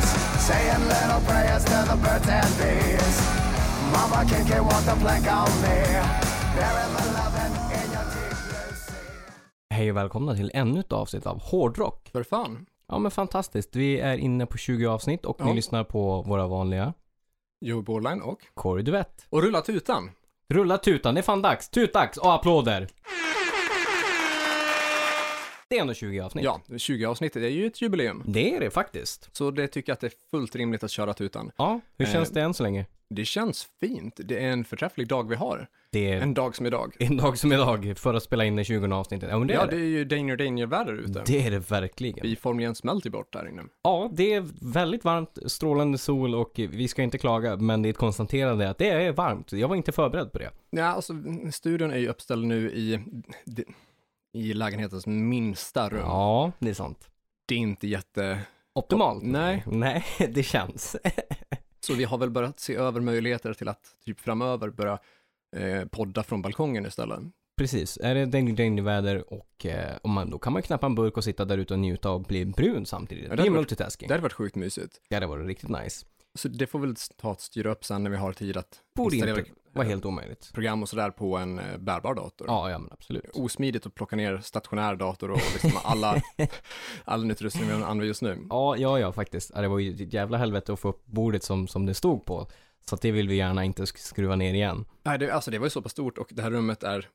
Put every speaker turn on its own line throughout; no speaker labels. Saying little prayers to the birds and bees. Mama Kiki walked the plank on me. There is the loving in your deep blue sea.
Hej och välkomna till ännu ett avsnitt av Hårdrock.
För fan.
Ja men fantastiskt. Vi är inne på 20 avsnitt och ni
Ja.
lyssnar på våra vanliga
Joey Borderline och...
Kåre Duett.
Och rulla tutan.
Rulla tutan, det är fan dags. Tutdags och applåder. Det är ändå 20 avsnitt.
Ja, 20 avsnittet är ju ett jubileum.
Det är det faktiskt.
Så det tycker jag att det är fullt rimligt att köra tutan.
Ja, hur
Eh.
känns det än så länge?
Det känns fint. Det är en förträfflig dag vi har.
Det är
En dag som idag.
en dag som idag för att spela in det 20 avsnittet. Ja men det
ja,
är
det
det.
är ju danger danger väder ute.
Det är det verkligen.
Vi formligen smälter bort där inne.
Ja, det är väldigt varmt, strålande sol och vi ska inte klaga, men det är ett konstaterande att det är varmt. Jag var inte förberedd på det.
Ja, alltså studion är ju uppställd nu i, i lägenhetens minsta rum.
Ja, det är sant.
Det är inte jätte...
Optimalt?
Nej.
Nej, det känns.
Så vi har väl börjat se över möjligheter till att typ framöver börja eh, podda från balkongen istället.
Precis, är det regn, regn väder och, eh, och man, då kan man knäppa en burk och sitta där ute och njuta och bli brun samtidigt.
Ja, det
det är
hade varit-
multitasking.
Det hade varit sjukt mysigt.
Det hade varit riktigt nice.
Så det får väl ta att styra upp sen när vi har tid att
Borde
installera
inte vara helt omöjligt.
program och sådär på en eh, bärbar dator.
Ja, ja men absolut.
Osmidigt att plocka ner stationär dator och liksom alla, all utrustning vi använder just nu.
Ja, ja, ja faktiskt. Ja, Det var ju ett jävla helvete att få upp bordet som, som det stod på. Så att det vill vi gärna inte sk- skruva ner igen.
Nej, det, alltså det var ju så pass stort och det här rummet är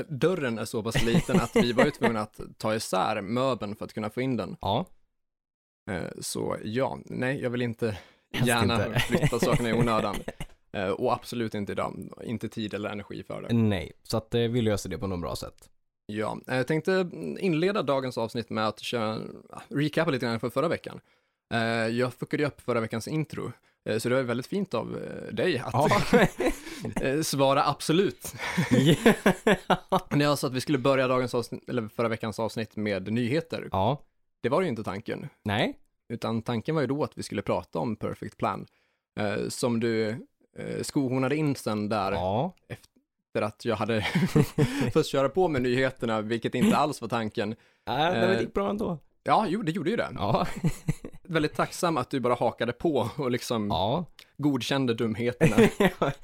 eh, Dörren är så pass liten att vi var ju tvungna att ta isär möbeln för att kunna få in den.
Ja,
Eh, Så ja, nej, jag vill inte
Helst
gärna
inte.
flytta sakerna i onödan. Eh, Och absolut inte idag, inte tid eller energi för det.
nej. Så att eh, vi löser det på något bra sätt.
Ja, eh, jag tänkte inleda dagens avsnitt med att köra, ah, recapa lite grann för förra veckan. Eh, Jag fuckade ju upp förra veckans intro, eh, så det var väldigt fint av eh, dig att eh, svara absolut. När jag sa att vi skulle börja dagens avsnitt, eller förra veckans avsnitt med nyheter,
ja,
det var ju inte tanken,
nej.
utan tanken var ju då att vi skulle prata om Perfect Plan, eh, som du eh, skohornade in sen där,
Ja,
där att jag hade fått köra på med nyheterna, vilket inte alls var tanken.
äh, det
Eh.
gick bra ändå.
Ja, jo, det gjorde ju det.
Ja,
väldigt tacksam att du bara hakade på och liksom
ja.
godkände dumheterna.
Mm.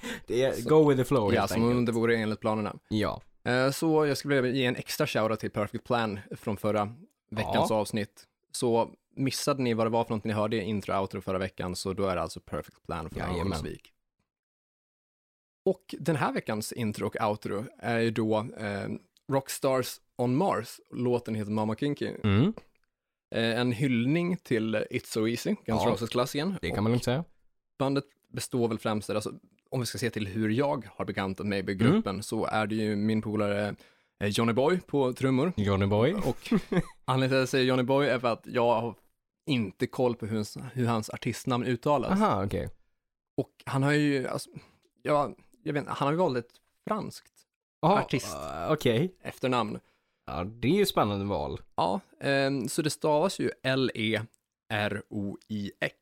det är, go with the flow
ja,
helt
som
enkelt.
om det vore enligt planerna.
Ja,
Eh, Så jag skulle vilja ge en extra shoutout till Perfect Plan från förra veckans
Ja.
avsnitt. Så missade ni vad det var för något ni hörde i intro och outro förra veckan, så då är det alltså Perfect Plan från
Jajamän.
Örnsköldsvik. Och den här veckans intro och outro är ju då eh, Rockstars on Mars, låten heter Mama Kinky.
mm,
Eh, en hyllning till It's So Easy, Guns
Ja.
Roses-klassiken.
det
och-
kan man lugnt säga.
bandet består väl främst, alltså, om vi ska se till hur jag har bekantat mig med gruppen, så är det ju min polare eh, Johnny Boy på trummor.
Johnny Boy.
Och anledningen till att jag säger Johnny Boy är för att jag har inte koll på hur, hans- hur hans artistnamn uttalas.
Alltså. Aha, okej.
Och han har ju, alltså, ja, jag vet inte, han har ju valt ett franskt
Aha,
Artist.
eh, Okej.
efternamn.
Ja, det är ju spännande val.
Ja, ehm, så det stavas ju E L-E-R-O-I-X.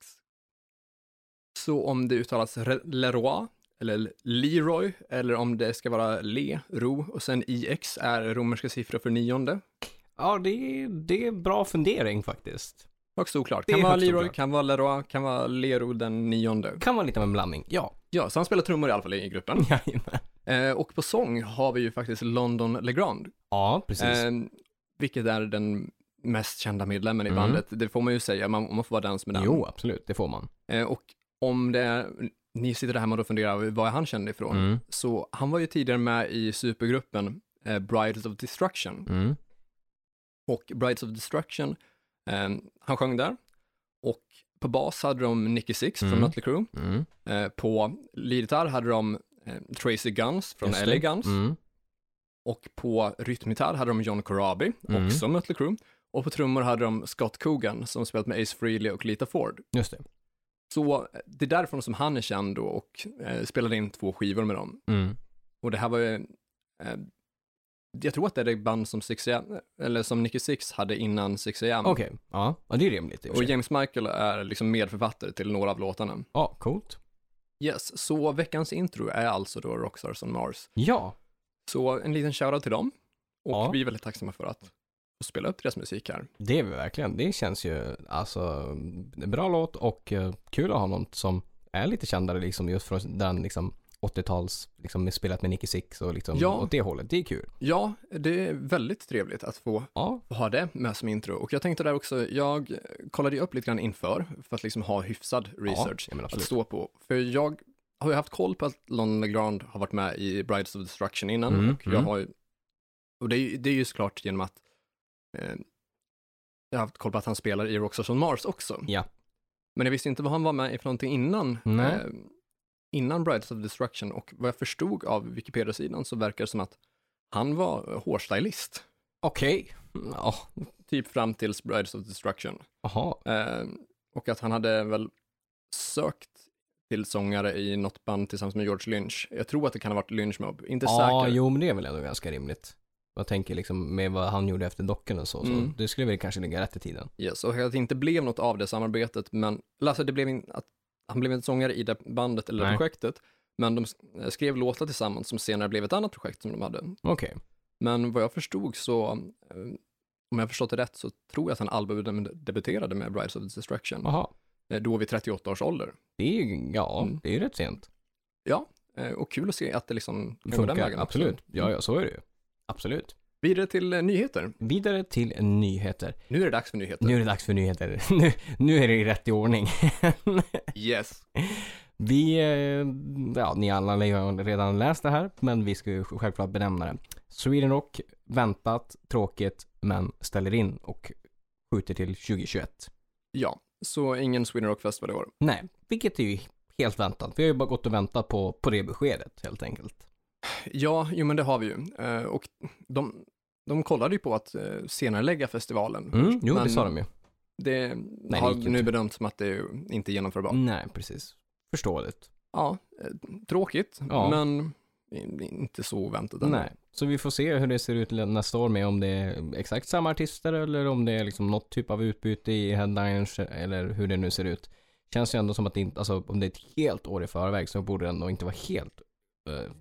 Så om det uttalas Re- Leroy, eller Leroy, eller om det ska vara Le, Ro, och sen IX är romerska siffror för nionde.
Ja, det är, det är bra fundering faktiskt.
Högst oklart.
Det
Kan
är
vara
högst
Leroy,
oklart.
kan vara Leroy, kan vara Lero den nionde.
Kan vara lite av en blandning. Ja,
Ja, så han spelar trummor i alla fall i gruppen.
jajamän.
Eh, och på sång har vi ju faktiskt London Legrand,
Ja, precis.
eh, vilket är den mest kända medlemmen i
Mm.
bandet. Det får man ju säga, man, man får vara dans med den.
jo, absolut. Det får man.
Eh, Och om det är, ni sitter där hemma och då funderar över var är han känd ifrån?
Mm,
Så han var ju tidigare med i supergruppen eh, Brides of Destruction.
mm.
Och Brides of Destruction, eh, han sjöng där. Och på bas hade de Nicky Six
Mm.
från Nutley Crew.
Mm,
Eh, på leadgitarr hade de eh, Tracy Guns från
just det.
LA Guns.
Mm.
Och på rytmgitarr hade de John Corabi,
Mm.
också Mötley Crüe. Och på trummor hade de Scott Coogan som spelat med Ace Frehley och Lita Ford.
Just det.
Så eh, det är därifrån som han är känd då och eh, spelade in två skivor med dem.
Mm.
Och det här var ju, eh, jag tror att det är det band som 6AM, eller som Nicky Six hade innan 6AM.
Okej, ja. ja. det är rimligt i och
Och
för sig.
James Michael är liksom medförfattare till några av låtarna.
Ja, coolt.
Yes, så veckans intro är alltså då Rockstars on Mars.
Ja,
Så en liten shoutout till dem. Och
Ja.
vi är väldigt tacksamma för att och spela upp deras musik här.
Det är vi verkligen. Det känns ju alltså en bra låt och eh, kul att ha någon som är lite kändare liksom just från den liksom 80-tals, liksom med spelat med Nicky Six och liksom
Ja.
åt det hållet. Det är kul.
Ja, det är väldigt trevligt att få
Ja,
ha det med som intro. Och jag tänkte där också, jag kollade ju upp lite grann inför för att liksom ha hyfsad research
ja men
att
absolut.
stå på. För jag har ju haft koll på att Lon LeGrand har varit med i Brides of Destruction innan.
Mm,
och jag
mm.
har ju, och det är, ju- det är ju såklart genom att eh, jag har haft koll på att han spelar i Rockstars on Mars också.
Ja.
Men jag visste inte vad han var med i för någonting innan.
Nej.
eh, innan Brides of Destruction och vad jag förstod av Wikipedia-sidan så verkar det som att han var eh, hårstylist,
Okej. Ja,
typ fram tills Brides of Destruction.
jaha.
Eh, och att han hade väl sökt till sångare i något band tillsammans med George Lynch. Jag tror att det kan ha varit Lynch Mob, inte
Ja,
säker.
jo men det är väl ändå ganska rimligt. Jag tänker liksom med vad han gjorde efter docken och så,
Mm.
så det skulle väl kanske ligga rätt i tiden.
Yes, och att det inte blev något av det samarbetet, men eller alltså det blev in, att han blev inte sångare i det bandet eller
Nej.
det projektet, men de s- eh, skrev låtar tillsammans som senare blev ett annat projekt som de hade.
Okej.
Men vad jag förstod så, eh, om jag förstått det rätt, så tror jag att han albumdebuterade med Brides of Destruction,
Jaha.
eh, då vid 38 års ålder.
Det är ju, ja,
Mm.
det är ju rätt sent.
Eh, Och kul att se att det liksom
Det
kan gå den
funkar,
vägen. också.
absolut. Ja, ja, så är det ju. Absolut.
Vidare till eh, nyheter.
Vidare till nyheter.
Nu är det dags för nyheter.
Nu är det dags för nyheter. Nu, nu är det i rätt i ordning.
Yes.
Vi, eh, ja ni alla har redan läst det här, men vi ska ju självklart benämna det. Sweden Rock, väntat, tråkigt, men ställer in och skjuter till 2021.
Ja, så ingen Sweden Rock Festival i år.
Nej, vilket är ju helt väntat. Vi har ju bara gått och väntat på, på det beskedet helt enkelt.
Ja, jo men det har vi ju. Eh, Och de, de kollade ju på att eh, senarelägga festivalen.
Mm, jo, det
men
sa de ju.
Det
det
har
gick ju
nu
inte. Mm.
bedömts som att det är inte är genomförbart.
Nej, precis. Förståeligt.
Ja, eh, tråkigt,
Ja.
men i- inte så oväntat. ändå.
Nej, så vi får se hur det ser ut nästa år med om det är exakt samma artister eller om det är liksom något typ av utbyte i headliners eller hur det nu ser ut. Känns ju ändå som att det inte, alltså om det är ett helt år i förväg så borde det ändå inte vara helt eh,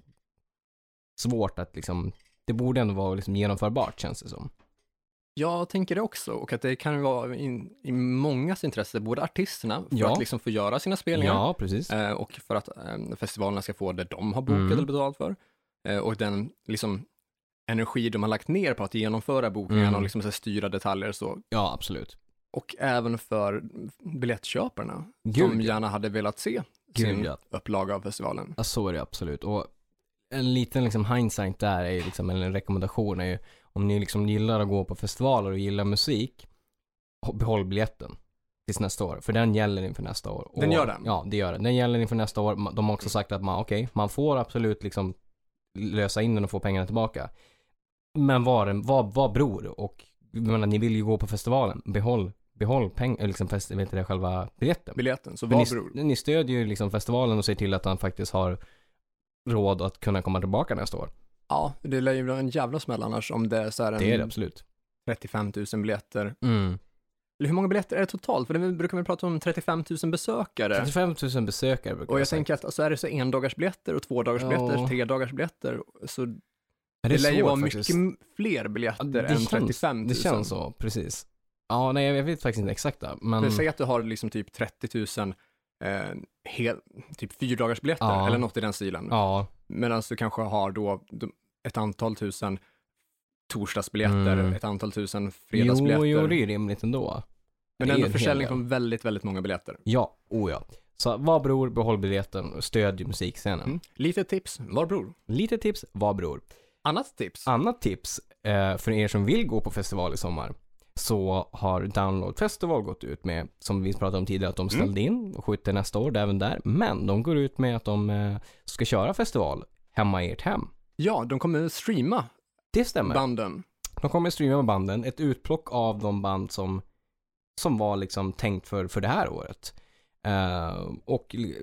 svårt att liksom, det borde ändå vara liksom genomförbart känns det som.
Jag tänker det också, och att det kan ju vara in, i mångas intresse, både artisterna, för
Ja.
att liksom få göra sina spelningar,
Ja, precis.
Eh, och för att eh, festivalerna ska få det de har bokat
Mm.
eller betalt för. Eh, och den liksom, energi de har lagt ner på att genomföra bokningarna
Mm.
och liksom, så här, styra detaljer och så.
Ja, absolut.
Och även för biljettköparna, som
Gud, ja.
gärna hade velat se sin
Gud ja.
upplaga av festivalen.
Ja, så är det absolut. Och en liten liksom hindsight där är ju liksom, eller en rekommendation är ju om ni liksom gillar att gå på festivaler och gillar musik, ho- behåll biljetten tills nästa år. För den gäller inför nästa år.
Den
Och-
gör den?
Ja, det gör den. Den gäller inför nästa år. Ma- De har också sagt att man, okej, man får absolut liksom lösa in den och få pengarna tillbaka. Men vad, den- vad, vad beror? Och jag menar, ni vill ju gå på festivalen. Behåll, behåll peng, eller liksom fest, vet du det, själva biljetten.
Biljetten, så
Men
vad beror
ni, ni stödjer ju liksom festivalen och ser till att han faktiskt har råd att kunna komma tillbaka nästa år.
Ja, det lär ju bli en jävla smäll annars om det är så här en
Det är det absolut.
35 000 biljetter.
Mm.
Eller hur många biljetter är det totalt? För det brukar man prata om 35 000 besökare.
35 000 besökare brukar
Och
jag
jag
säga.
tänker att så är det så en dagars biljetter och två dagars
Ja.
biljetter, tre dagars biljetter, så det,
Men
lär ju
svårt
vara
faktiskt.
mycket m- fler biljetter
Ja, det
än
känns-
35 000.
Det känns så, precis. Ja, nej jag vet faktiskt inte exakta, men
För säg att du har liksom typ 30 000 eh, hel, typ fyra dagars biljetter
Ja.
eller något i den stilen.
ja,
Medan du kanske har då de- ett antal tusen torsdagsbiljetter,
Mm.
ett antal tusen fredagsbiljetter.
jo, jo, det är ju rimligt ändå.
men
det är
ändå
en hel
försäljning
del.
från väldigt, väldigt många biljetter.
Ja, oh ja. Så vad beror, behåll biljetten och stödj musikscenen.
Mm. Lite tips, var bror?
Lite tips, vad beror?
Annat tips?
Annat tips eh, för er som vill gå på festival i sommar så har Download Festival gått ut med, som vi pratade om tidigare, att de ställde in och skjuter nästa år det är även där. Men de går ut med att de eh, ska köra festival hemma i ert hem.
Ja, de kommer streama
Det stämmer.
banden.
De kommer streama banden, ett utplock av de band som, som var liksom tänkt för, för det här året. Eh, och l-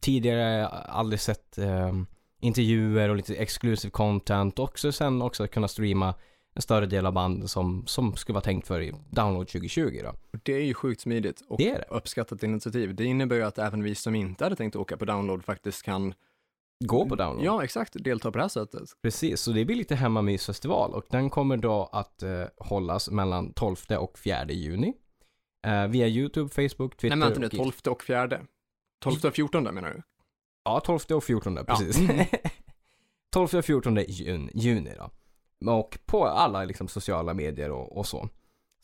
tidigare aldrig sett eh, intervjuer och lite exclusive content också sen också kunna streama en större del av banden som, som skulle vara tänkt för i download 2020 då.
Och Det är ju sjukt smidigt och
Det är det.
uppskattat initiativ. Det innebär ju att även vi som inte hade tänkt åka på download faktiskt kan
gå på download.
Mm, Ja, exakt. Delta på det här sättet.
Precis, så det blir lite hemmamysfestival och den kommer då att eh, hållas mellan 12 och 4 juni. Eh, via YouTube, Facebook, Twitter
Nej, men vänta nu,
och-
12 och 4. 12 och 14 menar du?
Ja, 12 och 14 precis. 12 och 14 juni, juni då. Och på alla liksom, sociala medier och, och så.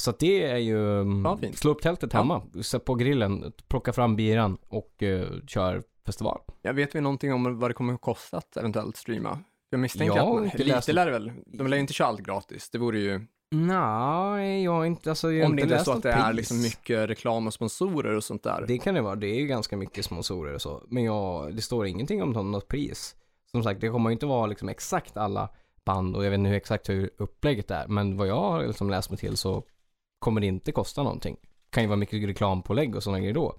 Så att det är ju, mm,
Ja, fint.
slå upp tältet
Ja.
hemma, sätt på grillen, plocka fram biran och eh, kör festival.
Jag vet vi någonting om vad det kommer att kosta att eventuellt streama? Jag misstänker
Jag har
att man,
inte läst-
lite lär det väl, de lär ju inte köra allt gratis. Det vore ju,
Nej, jag har inte, alltså jag har
om det inte är
läst
så att
något
det är
pris.
liksom mycket reklam och sponsorer och sånt där.
Det kan det vara, det är liksom ju ganska mycket sponsorer och så. Men jag, det står ingenting om något pris. Som sagt, det kommer ju inte vara liksom exakt alla band och jag vet inte hur exakt hur upplägget är. Men vad jag har liksom läst mig till så kommer det inte kosta någonting. Det kan ju vara mycket reklampålägg och sådana grejer då.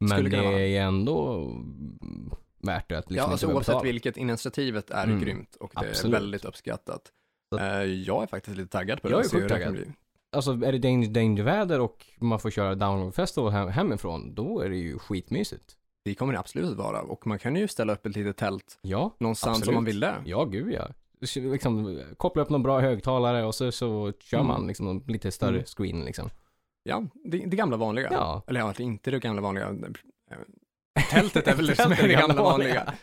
Men
Skulle
det
kunna vara.
är ju ändå mm, värt det att liksom
ja,
inte
alltså
behöva
oavsett
betala.
vilket, initiativet är
Mm.
grymt och det
Absolut.
är väldigt uppskattat.
Så-
Eh, Jag är faktiskt lite taggad på det.
Jag är
och se hur
sjukt
det här kan
taggad.
bli.
Alltså är det danger, danger väder och man får köra download festival hem, hemifrån, då är det ju skitmysigt.
Det kommer det absolut vara och man kan ju ställa upp ett litet tält
Ja.
någonstans
Absolut.
om man vill det.
Ja, gud ja. Så Liksom, koppla upp någon bra högtalare och så, så kör
Mm.
man liksom en lite större
Mm.
screen liksom.
Ja, det, det gamla vanliga.
Ja.
Eller ja, det är inte det gamla vanliga. Tältet är väl det som
Tältet
är det gamla vanliga.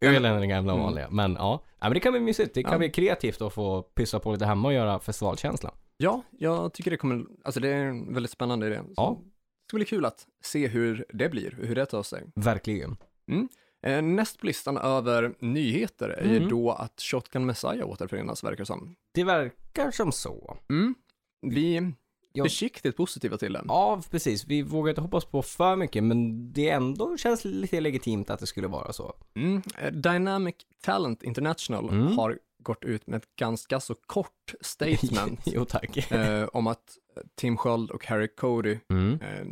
Ölen är den gamla
Mm.
vanliga. Men ja. ja, men det kan bli mysigt. Det kan
Ja.
bli kreativt att få pyssa på lite hemma och göra festivalkänsla.
Ja, jag tycker det kommer, alltså det är en väldigt spännande idé. Så
Ja.
Det ska bli kul att se hur det blir, hur det tar sig.
Verkligen.
Eh, Näst på listan över nyheter är ju
Mhm.
då att Shotgun Messiah återförenas, verkar det som.
Det verkar som så.
Mm. Vi är
Jag-
försiktigt positiva till den.
Ja, precis. Vi vågar inte hoppas på för mycket, men det ändå känns lite legitimt att det skulle vara så.
Mm. Eh, Dynamic Talent International
Mm.
har gått ut med ett ganska så kort statement
jo, tack.
eh, om att Tim Sköld och Harry Cody
Mm.
eh,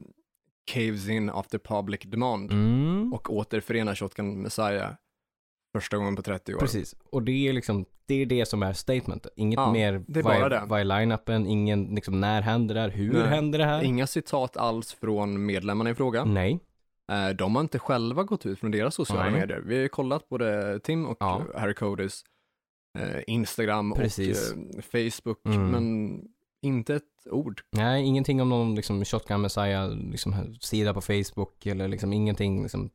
caves in after public demand
Mm.
och återförenar Shotgun Messiah första gången på 30 år.
Precis, och det är liksom, det är det som är statementet. Inget
Ja,
mer,
det är
vad,
bara
är,
det.
vad är line-upen, ingen liksom, när händer det här, hur
Nej.
händer det här?
Inga citat alls från medlemmarna i fråga.
Nej,
Eh, De har inte själva gått ut från deras sociala
Mm. Nej.
medier. Vi har ju kollat både Tim och
Ja.
eh, Harry Codys eh, Instagram
Precis.
och eh, Facebook,
Mm.
men inte ett ord.
nej, ingenting om någon liksom, Shotgun Messiah, liksom, här, sida på Facebook eller liksom ingenting liksom,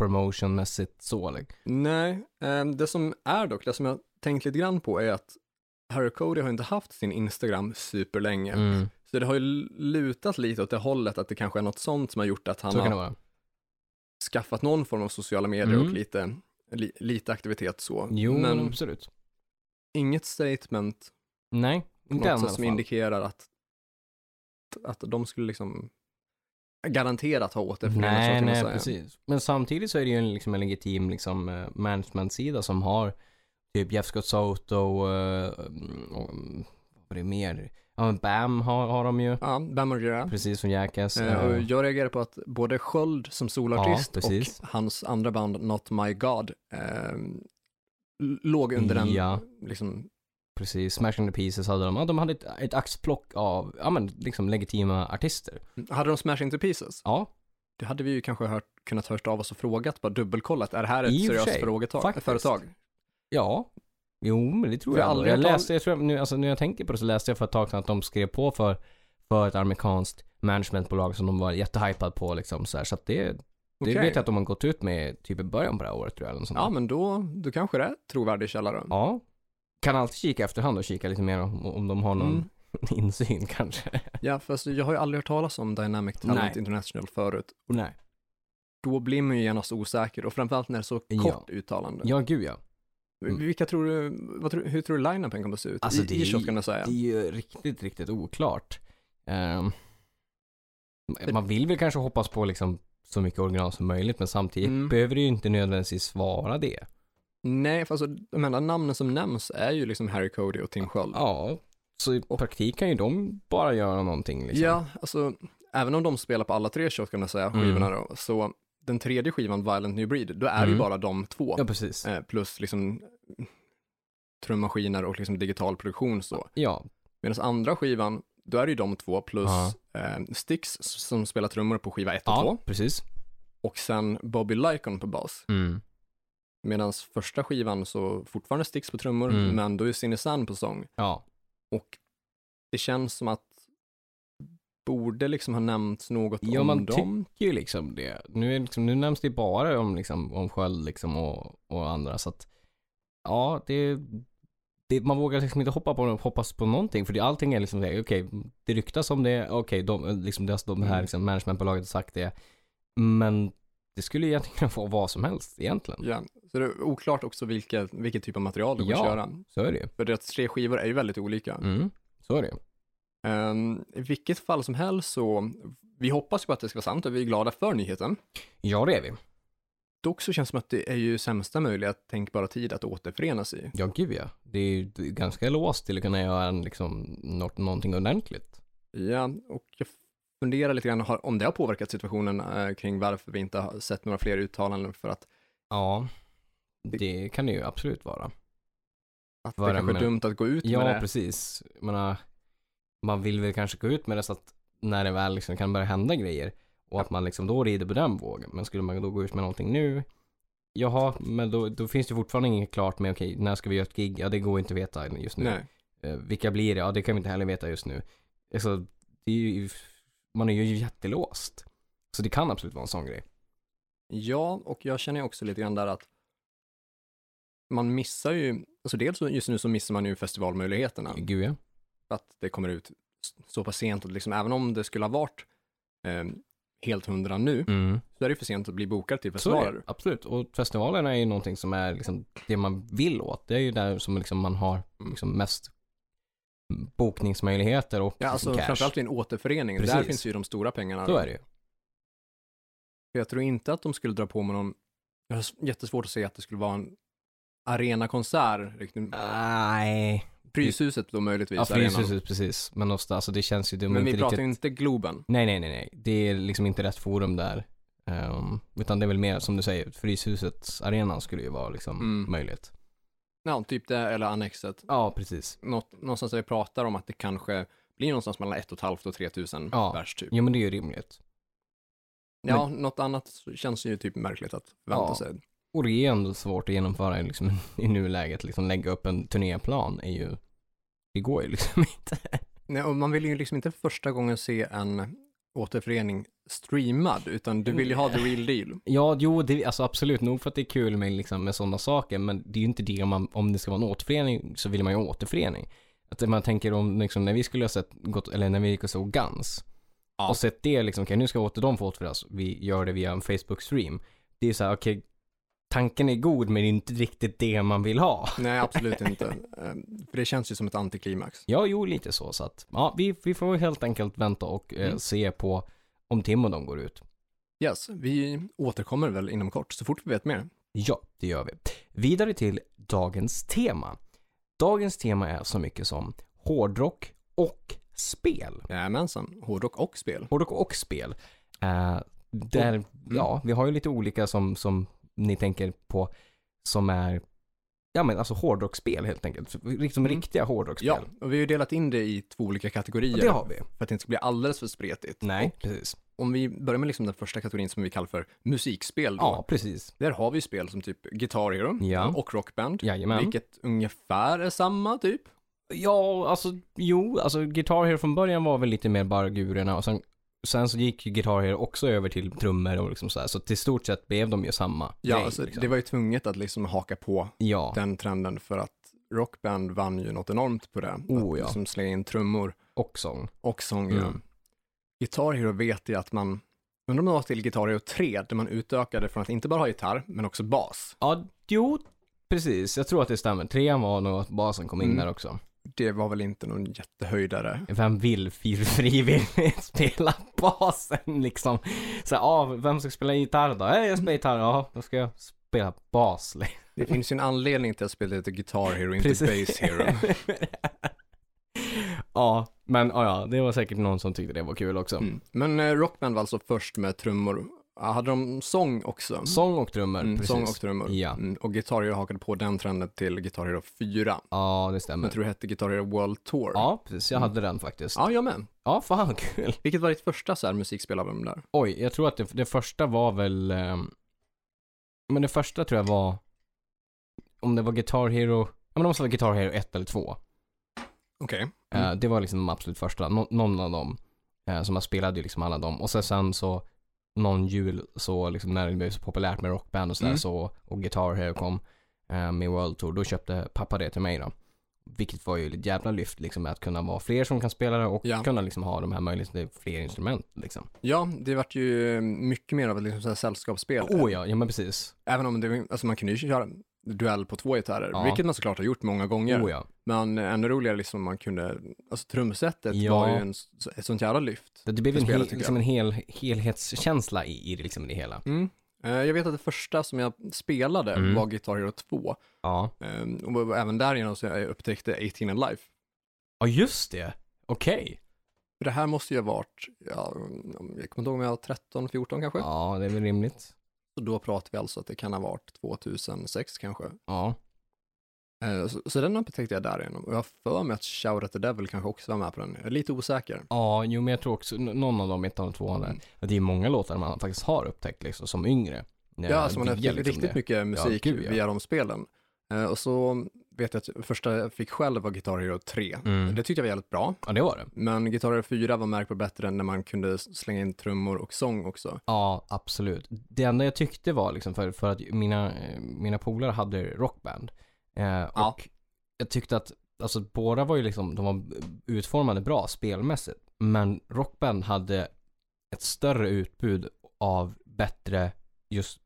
promotionmässigt så. Liksom.
Nej, eh, det som är dock, det som jag tänkt lite grann på är att Harry Cody har inte haft sin Instagram superlänge.
Mm,
Så det har ju lutat lite åt det hållet att det kanske är något sånt som har gjort att han
så kan
har
det vara.
skaffat någon form av sociala medier
Mm.
och lite, li, lite aktivitet så.
Jo, men,
Men
absolut.
inget statement,
Nej, inte än i
något
alla
som
fall.
indikerar att, att de skulle liksom garanterat ha återförenats. så
Nej,
kan man
nej,
säga.
precis. Men samtidigt så är det ju en, liksom, en legitim liksom, eh, management-sida som har typ Jeff Scott Soto och, eh, och mm, vad är det mer? Ja, men Bam har, har de ju.
Ja, Bam Margera.
Precis som Jackass.
Eh, och jag reagerar på att både Sköld som
Ja,
solartist
precis.
och hans andra band Not My God eh, låg under den,
Ja.
liksom,
Precis, Smash and the Pieces hade de. Ja, de hade ett, ett axplock av, ja men liksom legitima artister.
hade de Smash Into Pieces?
Ja,
Det hade vi ju kanske hört, kunnat hört av oss och frågat, bara dubbelkollat, är det här ett
I och för
seriöst
sig,
frågetag,
faktiskt.
företag?
ja. Jo, men det tror
För
jag.
jag
ändå.
aldrig
Jag
hört tal-
läste, jag tror, jag- nu, alltså, när jag tänker på det så läste jag för ett tag sedan att de skrev på för, för ett amerikanskt managementbolag som de var jättehypad på liksom så här. Så att det, det
Okej.
vet jag att de har gått ut med typ i början på det här året tror jag. Eller något sånt
Ja,
där.
men då, då kanske det är ett trovärdig källa då.
ja. Kan alltid kika efterhand och kika lite mer om, om de har någon
Mm.
insyn kanske.
Ja, fast jag har ju aldrig hört talas om Dynamic Talent
Nej.
International förut.
Nej.
Då blir man ju genast osäker och framförallt när det är så
Ja.
kort uttalande.
Ja, gud ja. Mm.
Vilka tror du, vad tror, hur tror du line-upen kommer att se ut?
Alltså,
I,
det
i
är-
Shotgun Messiah?
Det är ju riktigt, riktigt oklart. Ehm, man vill väl kanske hoppas på liksom så mycket original som möjligt, men samtidigt
Mm.
behöver det ju inte nödvändigtvis vara det.
Nej, för alltså, de enda namnen som nämns är ju liksom Harry Cody och Tim Sköld.
Ja, så i praktik kan ju de bara göra någonting liksom. Mm.
Ja, alltså, även om de spelar på alla tre Shotgun Messiah-skivorna då, så den tredje skivan, Violent New Breed, då är det ju
Mm.
bara de två.
ja precis.
Eh, plus liksom trummaskiner och liksom digital produktion så.
Ja,
Medan andra skivan, då är det ju de två plus
Ja.
eh, Styx som spelar trummor på skiva 1 och 2
ja precis.
och sen Bobby Lycon på bas.
Mm.
Medan första skivan så fortfarande sticks på trummor,
Mm.
men då är Sinne San på sång.
Ja.
Och det känns som att borde liksom ha nämnts något
Ja,
om
man
dem.
tycker ju liksom det. Nu, är liksom, nu nämns det ju bara om, liksom, om Sköld liksom och, och andra så att ja, det, det man vågar liksom inte hoppa på, hoppas på någonting för det, allting är liksom det, okej, det ryktas om det, okej, de, liksom, det, de här
Mm.
liksom, managementbolaget har sagt det, men det skulle ju egentligen kunna få vad som helst egentligen.
Ja. Så det är oklart också vilket, vilket typ av material de
Ja.
kommer köra.
Så är det ju.
För deras tre skivor är ju väldigt olika.
Mm, så är det ju.
Ehm, I vilket fall som helst så, vi hoppas ju på att det ska vara sant och vi är glada för nyheten.
Ja, det är vi.
Dock så känns det som att det är ju sämsta möjliga tänkbara tid att återförenas i.
Ja, gud ja. Det är ju det är ganska låst till att kunna göra en, liksom, något, någonting ordentligt.
Ja, och jag funderar lite grann har- om det har påverkat situationen eh, kring varför vi inte har sett några fler uttalanden för att,
Ja, det kan det ju absolut vara.
att
Vad
det
är det
kanske är
med-
dumt att gå ut
Ja,
med det.
precis. Jag menar, man vill väl kanske gå ut med det så att när det väl liksom kan börja hända grejer och att man liksom då rider på den vågen. Men skulle man då gå ut med någonting nu, jaha, men då, då finns det fortfarande inget klart med okej, när ska vi göra ett gig? Ja, det går inte att veta just nu.
Nej.
Eh, vilka blir det? Ja, det kan vi inte heller veta just nu. Alltså, det är ju, man är ju jättelåst. Så det kan absolut vara en sån grej.
Ja, och jag känner ju också lite grann där att man missar ju, alltså dels så- just nu så missar man ju festivalmöjligheterna.
Gud ja.
för att det kommer ut s- så pass sent och liksom, även om det skulle ha varit eh, helt hundra nu,
Mm.
så är det ju för sent att bli bokad till
Så är det,
festivaler.
absolut. Och festivalerna är ju någonting som är liksom det man vill åt. Det är ju där som liksom man har liksom mest bokningsmöjligheter och
Ja, alltså
liksom cash.
framförallt i en återförening, där
Precis.
finns ju de stora pengarna.
Så är det ju.
Jag tror inte att de skulle dra på med någon, jag har s- jättesvårt att se att det skulle vara en arenakonsert, riktigt.
Nej.
Fryshuset då möjligtvis,
Ja,
arenan.
Fryshuset precis. Men ofta, alltså det känns ju dumt.
Men vi
inte
pratar ju
riktigt...
inte Globen.
Nej, nej, nej, nej. Det är liksom inte rätt forum där. Ehm, utan det är väl mer som du säger, Fryshusets arenan skulle ju vara liksom
Mm.
möjligt.
Ja, typ det eller Annexet.
Ja, precis.
Något, någonstans där vi pratar om att det kanske blir någonstans mellan ett och ett halvt och 3 000
Ja.
pers typ.
Jo, men det är ju rimligt.
Ja, något annat så känns ju typ märkligt att förvänta
Ja.
sig.
Och det är ändå svårt att genomföra liksom, i nuläget, liksom lägga upp en turnéplan är ju, det går ju liksom inte.
Nej, och man vill ju liksom inte första gången se en återförening streamad, utan du vill ju ha the real deal.
Ja, jo, det, alltså absolut, nog för att det är kul med, liksom, med sådana saker, men det är ju inte det man, om det ska vara en återförening så vill man ju ha återförening. Att man tänker om, liksom, när vi skulle ha sett, gått, eller när vi gick och såg Guns,
Ja.
och sett det liksom, okej nu ska åter de få återförenas, vi gör det via en Facebook-stream. Det är ju såhär, okej, tanken är god men det är inte riktigt det man vill ha.
Nej, absolut inte. Eh, För det känns ju som ett antiklimax.
Ja, jo, lite så. Så att, ja, vi, vi får helt enkelt vänta och eh,
Mm.
se på om Tim och de går ut.
Yes, vi återkommer väl inom kort, så fort vi vet mer.
Ja, det gör vi. Vidare till dagens tema. Dagens tema är så mycket som hårdrock och spel.
Jajamensan, hårdrock och spel.
Hårdrock och spel. Eh, där,
mm.
ja, vi har ju lite olika som, som ni tänker på som är, ja men alltså hårdrocksspel helt enkelt. Liksom
Mm.
riktiga hårdrocksspel.
Ja, och vi har ju delat in det i två olika kategorier
det har vi.
för att det inte ska bli alldeles för spretigt.
Nej, precis.
Om vi börjar med liksom den första kategorin som vi kallar för musikspel då.
Ja, precis.
Där har vi ju spel som typ Guitar Hero
Ja.
och Rockband,
Jajamän.
vilket ungefär är samma typ.
Ja, alltså jo, alltså Guitar Hero från början var väl lite mer bara gurorna och sen, sen så gick ju Guitar Hero också över till trummor och liksom så här. Så till stort sett blev de ju samma.
Ja,
grej,
alltså,
liksom.
det var ju tvunget att liksom haka på
ja
den trenden för att Rockband vann ju något enormt på det.
Oh,
att
ja.
liksom slänga in trummor
och sång.
och sång. ja.
Mm.
Guitar Hero vet jag att man, undrar om det var till Guitar Hero 3, där man utökade från att inte bara ha gitarr, men också bas.
Ja, jo, precis. Jag tror att det stämmer. Trean var nog att basen kom in
Mm.
där också.
Det var väl inte någon jättehöjdare.
Vem vill fri- frivilligt spela basen liksom? Så här, ah, vem ska spela gitarr då? Eh, jag spelar gitarr, ja, då ska jag spela bas. liksom.
Det finns ju en anledning till att spelet heter Guitar Hero, inte Bass Hero.
ja, men ja, ja, det var säkert någon som tyckte det var kul också.
Mm. Men eh, Rockband var alltså först med trummor. Ah, Hade de sång också?
Sång och trummor,
Mm,
precis.
sång och trummor.
Ja.
Mm, och Guitar Hero hakade på den trenden till Guitar Hero 4.
Ja, det
Jag
stämmer.
tror det hette Guitar Hero World Tour.
Ja, precis. Jag hade den faktiskt.
Mm. Ja, jag med.
Ja, fan vad kul.
Vilket var ditt första så här musikspelarbum där?
Oj, jag tror att det, det första var väl... ehm, men det första tror jag var om det var Guitar Hero, ja men det måste vara Guitar Hero 1 eller 2.
Okej.
Eh,
Mm.
det var liksom de absolut första, nå- någon av dem. Eh, så man spelade ju liksom alla dem. Och sen, sen så någon jul så liksom när det blev så populärt med rockband och sådär
Mm.
så och Guitar Hero kom eh, med World Tour, då köpte pappa det till mig då. Vilket var ju ett jävla lyft liksom med att kunna vara fler som kan spela det och
Ja.
kunna liksom ha de här möjligheterna till fler instrument liksom.
Ja, det vart ju mycket mer av ett liksom så här sällskapsspel.
Oh ja, ja men precis.
Även om det, alltså man kunde ju köra duell på två gitarrer,
Ja.
vilket man såklart har gjort många gånger.
Oh ja,
Men ännu roligare liksom om man kunde, alltså trumsetet
Ja.
var ju en, s- ett sånt jävla lyft.
det, det blev
Det
en,
spelar,
hel,
tycker jag.
liksom en hel, helhetskänsla i, i det, liksom, det hela.
Mm. Eh, Jag vet att det första som jag spelade
Mm.
var Guitar Hero 2.
Ja,
Eh, Och även därigenom så jag upptäckte 18 and Life.
ja just det. Okej.
För Det här måste ju ha varit, ja, om- jag kommer inte ihåg om jag var 13, 14 kanske.
Ja, det är väl rimligt.
Så då pratar vi alltså att det kan ha varit 2006 kanske.
Ja.
Eh, Så, så den upptäckte jag därigenom. Och jag har för mig att Shout at the Devil kanske också var med på den. Jag är lite osäker.
Ja, jo men jag tror också n- någon av dem, ettan och tvåan
Mm.
där. att Det är många låtar man faktiskt har upptäckt liksom som yngre.
Ja, alltså man har upptäckt riktigt mycket musik
gud, liksom ja.
via de spelen. Eh, Och så vet jag att första jag fick själv var Guitar Hero 3.
Mm.
Det tyckte jag var jävligt bra.
Ja, det var det.
Men Guitar Hero 4 var märkbart bättre än när man kunde s- slänga in trummor och sång också.
Ja, absolut. Det enda jag tyckte var liksom för, för att mina, eh, mina polare hade rockband. Eh, och
Ja.
jag tyckte att, alltså båda var ju liksom, de var utformade bra spelmässigt. Men rockband hade ett större utbud av bättre just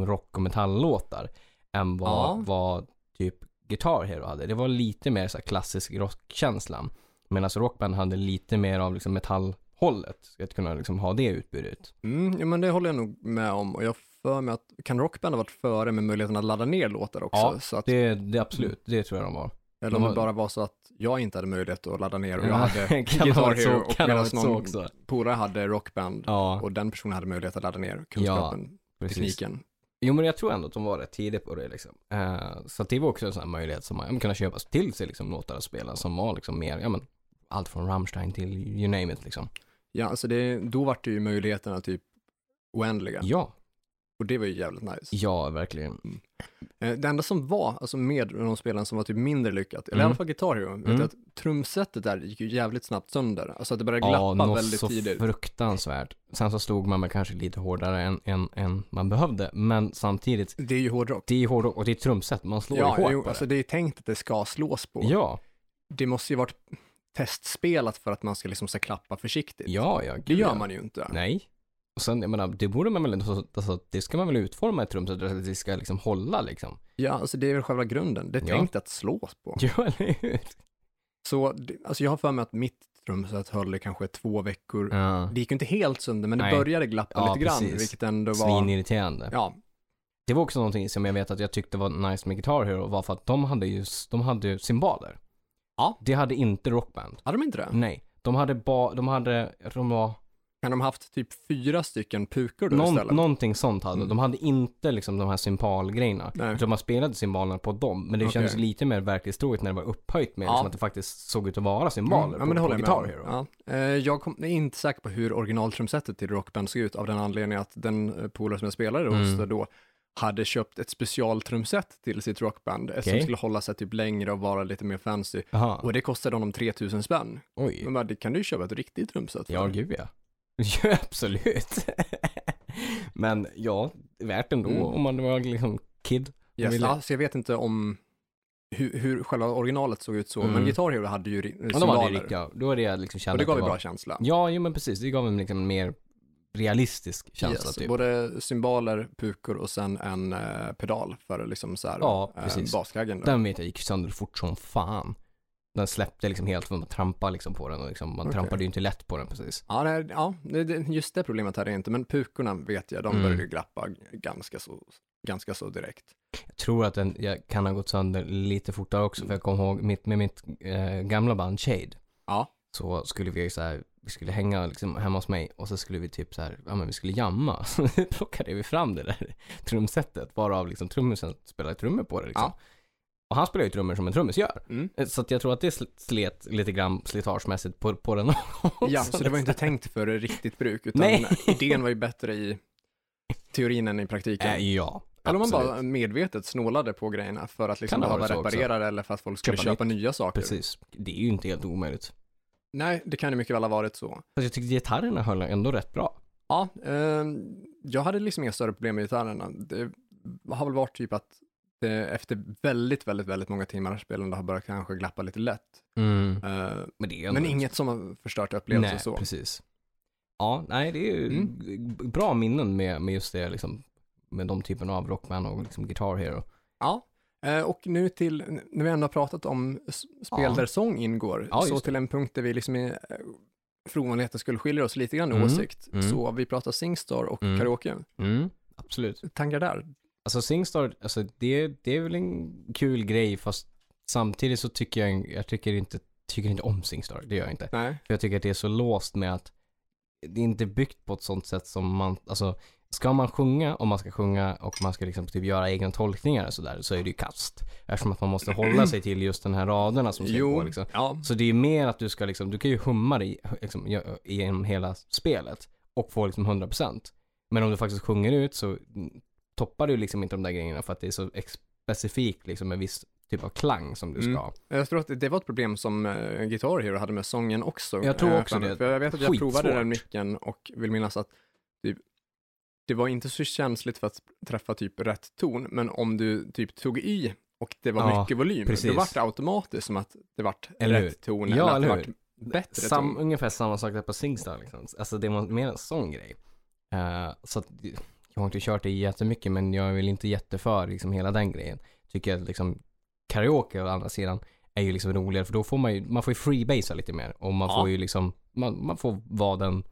rock och metalllåtar än vad,
Ja.
vad typ Guitar Hero hade. Det var lite mer så här klassisk rockkänslan. Medan rockband hade lite mer av liksom metallhållet. Så Att kunna liksom ha det utbudet.
Mm, ja, men det håller jag nog med om. Och jag har för mig att, kan Rockband ha varit före med möjligheten att ladda ner låtar också?
Ja,
så att,
Det, det absolut, det tror jag de var.
eller
de
om det
har-
bara var så att jag inte hade möjlighet att ladda ner och jag
Ja,
hade
kan ha
Guitar
varit så-
Hero och
kan ha
medan
varit så
någon
också.
polare hade Rockband
Ja,
och den personen hade möjlighet att ladda ner kunskapen,
precis.
tekniken.
Jo men jag tror ändå att de var rätt tidigt på det liksom. Eh, så att det var också en sån här möjlighet som man ja, men kunde köpa till sig liksom låtar att spela som var liksom mer, ja men allt från Rammstein till you name it liksom.
Ja, alltså det, då var det ju möjligheterna typ oändliga
Ja,
och det var ju jävligt nice.
ja verkligen.
Eh, Det enda som var, alltså med de spelen som var typ mindre lyckat, eller i
Mm.
alla fall Guitar Hero, vet
Mm.
du att trumsetet där gick ju jävligt snabbt sönder. Alltså att det började
Ja,
glappa
något
väldigt
så
tidigt.
fruktansvärt. Sen så slog man väl kanske lite hårdare än, än, än man behövde, men samtidigt,
Det är ju hårdrock.
det är hårdrock och det är trumset, man slår ju
Ja,
hårt
jo,
på
alltså
det.
det är tänkt att det ska slås på.
Ja,
Det måste ju varit testspelat för att man ska liksom så här klappa försiktigt.
ja, ja.
Det
gud,
gör
ja.
man ju inte.
Nej. Och sen, jag menar, det borde man väl ändå, alltså, det ska man väl utforma ett rum så att det ska liksom hålla liksom.
Ja, alltså det är väl själva grunden. Det är
Ja.
tänkt att slås på.
Ja, eller hur?
Så, det- alltså jag har för mig att mitt trumset höll i kanske två veckor.
Ja.
Det gick ju inte helt sönder, men det
Nej.
började glappa
Ja,
lite grann,
precis.
vilket ändå var...
Svinirriterande.
Ja,
Det var också någonting som jag vet att jag tyckte var nice med Guitar Hero var för att de hade ju, de hade ju cymbaler.
Ja.
Det hade inte Rockband.
hade de inte det?
Nej. De hade ba, de hade, jag tror de var,
Kan de haft typ fyra stycken pukor då
någon,
istället?
någonting sånt hade
Mm.
de. hade inte liksom de här cymbalgrejerna.
Nej.
Utan man spelade cymbalerna på dem. Men det
Okej.
kändes lite mer verklighetstroget när det var upphöjt med
Ja.
liksom att det faktiskt såg ut att vara cymbaler
Mm. ja,
på,
men det
på
håller
Guitar
jag med
Hero.
om. Ja. Eh, Jag kom, är inte säker på hur originaltrumsetet till Rockband såg ut av den anledningen att den eh, polare som jag spelade hos
Mm.
då hade köpt ett specialtrumset till sitt Rockband eh, som
Okej.
skulle hålla sig typ längre och vara lite mer fancy.
Aha.
Och det kostade honom 3000 spänn.
Oj.
Men bara, det kan du ju köpa ett riktigt trumset för.
Ja, gud ja. ja absolut. Men ja, värt ändå
Mm.
om man var liksom kid.
Yes,
ville-
ja, så jag vet inte om hur, hur själva originalet såg ut så,
Mm.
men Guitar Hero hade ju ri-
Men då var det
cymbaler.
riktiga, då var det jag liksom kände
och det
att
gav ju
var-
bra känsla.
Ja, jo men precis. Det gav en liksom mer realistisk känsla
Yes,
typ.
Både cymbaler, pukor och sen en eh, pedal för liksom så här,
Ja,
eh,
precis.
baskaggen. då.
Den vet jag gick sönder fort som fan. Den släppte liksom helt, för man trampade liksom på den och liksom, man
Okej.
trampade ju inte lätt på den precis.
Ja, det, ja det, det, just det problemet hade jag inte, men pukorna vet jag, de
Mm.
började glappa g- ganska så, ganska så direkt.
Jag tror att den jag kan ha gått sönder lite fortare också för jag kommer ihåg mitt, med mitt eh, gamla band Shade.
Ja.
Så skulle vi så här, vi skulle hänga liksom hemma hos mig och så skulle vi typ så här, ja men vi skulle jamma. Så plockade vi fram det där trumsetet varav liksom trummisen spelade trummor på det liksom. Och han spelar ju trummor som en trummis gör.
Mm.
Eh, Så att jag tror att det sl- slet lite grann slitagemässigt på, på den
Ja,
också.
så det var inte tänkt för riktigt bruk, utan
Nej.
idén var ju bättre i teorin än i praktiken.
Äh, ja,
Eller om man bara
Absolut.
medvetet snålade på grejerna för att liksom
Kan det
behöva
vara så också?
reparera det eller för att folk skulle
Köpa
köpa, nya saker.
Precis. Det är ju inte helt omöjligt.
Nej, det kan ju mycket väl ha varit så.
Fast jag tyckte gitarrerna höll ändå rätt bra.
Ja, ehm, jag hade liksom inga större problem med gitarrerna. Det har väl varit typ att det, efter väldigt, väldigt, väldigt många timmars spelande har börjat kanske glappa lite lätt. Eh,
Men det är ju ändå
men
inte-
inget som har förstört upplevelsen
Nej,
så.
precis. Ja, nej det är ju
Mm.
g- bra minnen med, med just det liksom. Med de typen av Rockman och liksom Guitar Hero.
Ja, eh, och nu till, när vi ändå har pratat om s- spel
Ja.
där sång ingår,
Ja, just
så
det.
till en punkt där vi liksom i, eh, för ovanlighetens skull skiljer oss lite grann i
Mm,
åsikt,
mm.
så vi pratar Singstar och
Mm.
karaoke.
Absolut.
Tankar där?
Alltså Singstar, alltså det, det är väl en kul grej fast samtidigt så tycker jag, jag tycker inte, tycker inte om Singstar. Det gör jag inte.
Nej.
För jag tycker att det är så låst med att det är inte byggt på ett sånt sätt som man, alltså ska man sjunga om man ska sjunga och man ska liksom typ göra egna tolkningar och sådär så är det ju kast. Eftersom att man måste hålla sig till just den här raderna som ska
Jo,
gå liksom.
ja.
Så det är ju mer att du ska liksom, du kan ju humma dig liksom, gö- genom hela spelet och få liksom 100%. Men om du faktiskt sjunger ut så mm, toppar du liksom inte de där grejerna för att det är så ex- specifikt liksom en viss typ av klang som du ska
Mm.
ha.
Jag tror att det- det var ett problem som eh, Guitar Hero hade med sången också.
Jag tror
eh,
också
för-
det.
För jag vet att jag
Skitsvårt.
provade den nyckeln och vill minnas att typ, det var inte så känsligt för att träffa typ rätt ton, men om du typ tog i och det var
Ja,
mycket volym,
precis.
då vart det automatiskt som att det vart
Eller
rätt ton.
Ja,
eller
eller
att det
hur?
vart bättre
Sam,
ton.
ungefär samma sak där på Singstar liksom. Alltså det är mer en sån grej. Eh, så att, jag har inte kört det jättemycket men jag är väl inte jätteför liksom hela den grejen. Tycker att liksom karaoke å andra sidan är ju liksom roligare för då får man ju, man får ju freebasea lite mer och man
Ja.
får ju liksom, man, man får vara den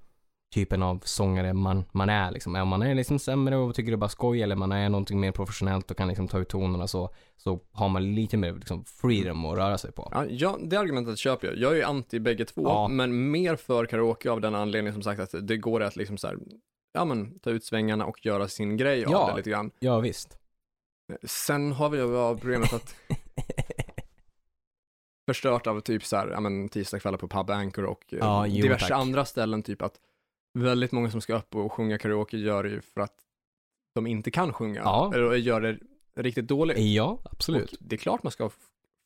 typen av sångare man, man är liksom. Om man är liksom sämre och tycker det är bara skoj eller man är någonting mer professionellt och kan liksom ta ut tonerna så, så har man lite mer liksom freedom att röra sig på.
Ja, ja, det argumentet köper jag. Jag är ju anti bägge två,
Ja.
men mer för karaoke av den anledningen som sagt att det går att liksom så här, ja men ta ut svängarna och göra sin grej av
Ja.
det lite grann.
Ja visst.
Sen har vi ju av problemet att förstört av typ så här, ja men tisdagskvällar på Pub Anchor och eh,
Ja, jo,
diverse
tack.
andra ställen, typ att väldigt många som ska upp och sjunga karaoke gör det ju för att de inte kan sjunga,
Ja.
eller gör det riktigt dåligt.
Ja, absolut.
Och det är klart man ska f-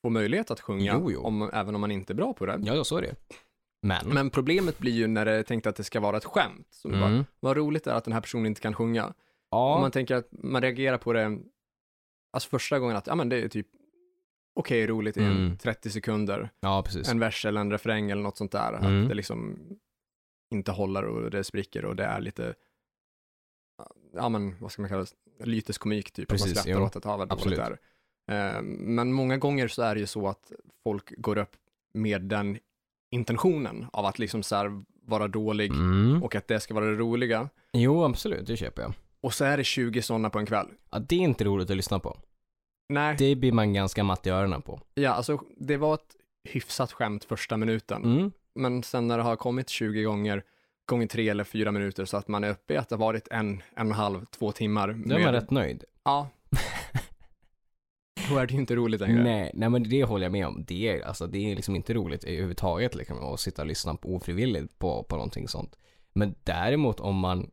få möjlighet att sjunga,
Jo, jo.
Om, även om man inte är bra på det.
Ja, ja, så är det. Men.
Men problemet blir ju när det är tänkt att det ska vara ett skämt. Så
Mm.
bara, vad roligt det är att den här personen inte kan sjunga. Om
ja,
man tänker att man reagerar på det, alltså första gången att, ja men det är typ, okej roligt i en
Mm.
30 sekunder,
ja, precis.
en vers eller en refräng eller något sånt där,
Mm.
att det liksom inte håller och det spricker och det är lite, ja men vad ska man kalla det, lyteskomik typ, att
Precis,
man skrattar
jo.
åt att, ja vad dåligt
Absolut.
det är. Eh, Men många gånger så är det ju så att folk går upp med den intentionen av att liksom så här vara dålig
Mm.
och att det ska vara det roliga.
Jo, absolut, det köper jag.
Och så är det 20 sådana på en kväll.
Ja, det är inte roligt att lyssna på.
Nej,
Det blir man ganska matt i öronen på.
Ja, alltså det var ett hyfsat skämt första minuten,
Mm.
men sen när det har kommit 20 gånger, gånger tre eller fyra minuter så att man är uppe i att det har varit en, en och en halv, två timmar.
Då är man rätt nöjd.
Ja. Då är det ju inte roligt längre.
Nej, nej, men det håller jag med om. Det är, alltså, det är liksom inte roligt överhuvudtaget liksom, att sitta och lyssna på ofrivilligt på, på någonting sånt. Men däremot om man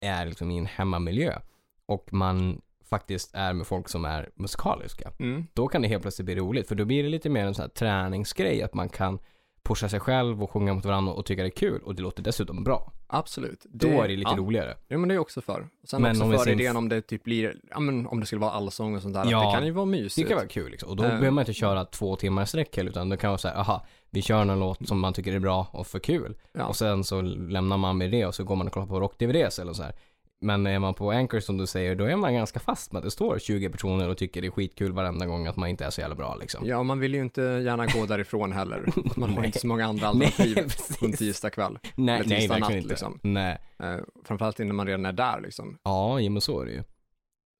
är liksom i en hemmamiljö och man faktiskt är med folk som är musikaliska.
Mm.
då kan det helt plötsligt bli roligt. För då blir det lite mer en sån här träningsgrej, att man kan pusha sig själv och sjunga mot varandra och tycka det är kul och det låter dessutom bra.
Absolut.
Då är det lite
ja.
roligare.
Jo, men det är jag också för. Och Sen
Men
också
om vi
för
ser en-
idén om det typ blir, ja men om det skulle vara allsång och sånt där,
Ja.
att det kan ju vara
Det
mysigt.
kan vara kul liksom. Och då
Eh.
behöver man inte köra två timmar i sträck heller, utan då kan man säga, aha, vi kör någon låt som man tycker är bra och för kul.
Ja.
Och sen så lämnar man med det och så går man och kollar på rock-DVDs eller så här. Men är man på Anchor som du säger, då är man ganska fast med att det står 20 personer och tycker det är skitkul varenda gång att man inte är så jävla bra liksom.
Ja, och man vill ju inte gärna gå därifrån heller. Man har inte så många andra alternativ på en
precis.
tisdag kväll.
Nej,
eller
nej,
tisdag
verkligen
natt,
inte.
liksom.
Nej.
Eh, framförallt innan man redan är där liksom.
Ja, jo, men så är det ju.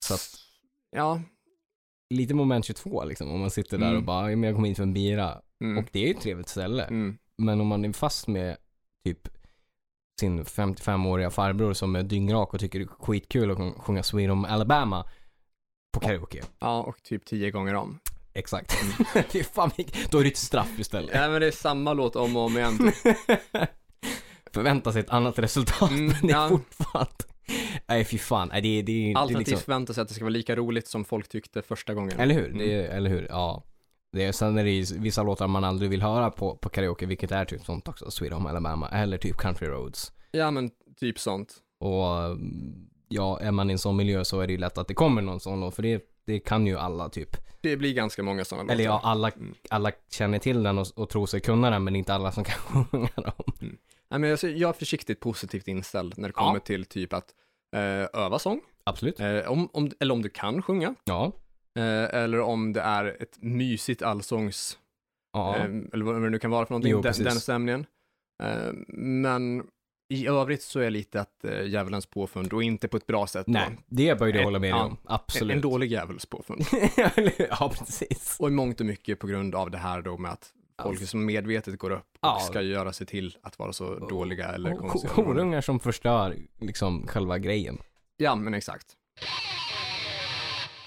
Så att
Ja.
lite moment 22 liksom. Om man sitter där
Mm.
och bara, "Ja, men jag kom hit för en bira.
Mm.
Och det är ju ett trevligt ställe.
Mm.
Men om man är fast med typ sin 55-åriga farbror som är dyngrak och tycker det är skitkul att sjunga Sweet Home Alabama på karaoke.
Ja, och typ tio gånger om.
Exakt. Fy fan, vilk- då är det ett straff istället.
Nej, men det är samma låt om och om igen.
Förvänta sig ett annat resultat,
Mm,
men det är
ja.
fortfarande... Nej fy fan, nej, det, det, det, det
Alternativt
liksom,
förväntar sig att det ska vara lika roligt som folk tyckte första gången.
Eller hur? Det, eller hur? Ja. Det är, sen är det ju vissa låtar man aldrig vill höra på, på karaoke, vilket är typ sånt också, Sweet Home Alabama, eller typ Country Roads.
Ja, men typ sånt.
Och mm, ja, är man i en sån miljö så är det ju lätt att det kommer någon sån låt, för det, det kan ju alla typ.
Det blir ganska många sådana låtar.
Eller ja, alla,
Mm.
alla känner till den och, och tror sig kunna den, men inte alla som kan sjunga dem.
Nej, men jag, jag är försiktigt positivt inställd när det
Ja.
kommer till typ att eh, öva sång,
Absolut.
eh, om, om, eller om du kan sjunga,
Ja.
eh, eller om det är ett mysigt allsångs,
Ja.
eh, eller vad det nu kan vara för någonting,
Jo,
den,
precis.
den stämningen. Eh, men i övrigt så är lite att eh, djävulens påfund och inte på ett bra sätt. då.
Nej, det bör ju du
Eh,
hålla med
ja.
dig om.
En,
Absolut.
en dålig djävuls påfund.
ja, precis.
Och i mångt och mycket på grund av det här då med att folk som medvetet går upp och
Ja.
ska göra sig till att vara så dåliga eller
Och ko-
konstiga.
Horungar som förstör liksom själva grejen.
Ja, men exakt.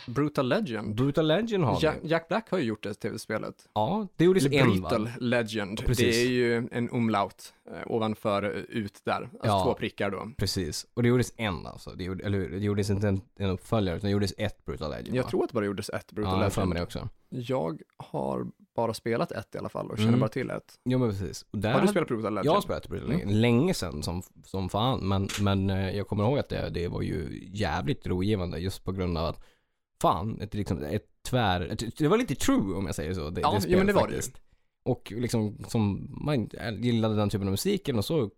Brutal Legend.
Brutal Legend har
Ja,
vi.
Jack Black har ju gjort det tv-spelet.
Ja, det gjordes
Eller
en va?
Brutal Legend.
Precis.
Det är ju en umlaut eh, ovanför eh, ut där. Alltså
Ja.
två prickar då.
Precis, och det gjordes en alltså. Det gjorde, eller hur? det gjordes inte en, en uppföljare utan det gjordes ett Brutal Legend
Jag
va?
tror att det bara gjordes ett Brutal
ja, jag har för
Legend.
mig det också.
Jag har bara spelat ett i alla fall och känner
Mm.
bara till ett.
Jo men precis. Och där
Har du
hade-
spelat Brutal Legend? Mm.
Jag har spelat Brutal Legend, länge sedan som, som fan. Men, men eh, jag kommer ihåg att det, det var ju jävligt rogivande just på grund av att fan, ett, liksom, ett tvär, ett, det var lite true om jag säger så. Det,
Ja,
det
jo, men det
spelet
var det ju.
Och liksom, som man gillade den typen av musiken och så,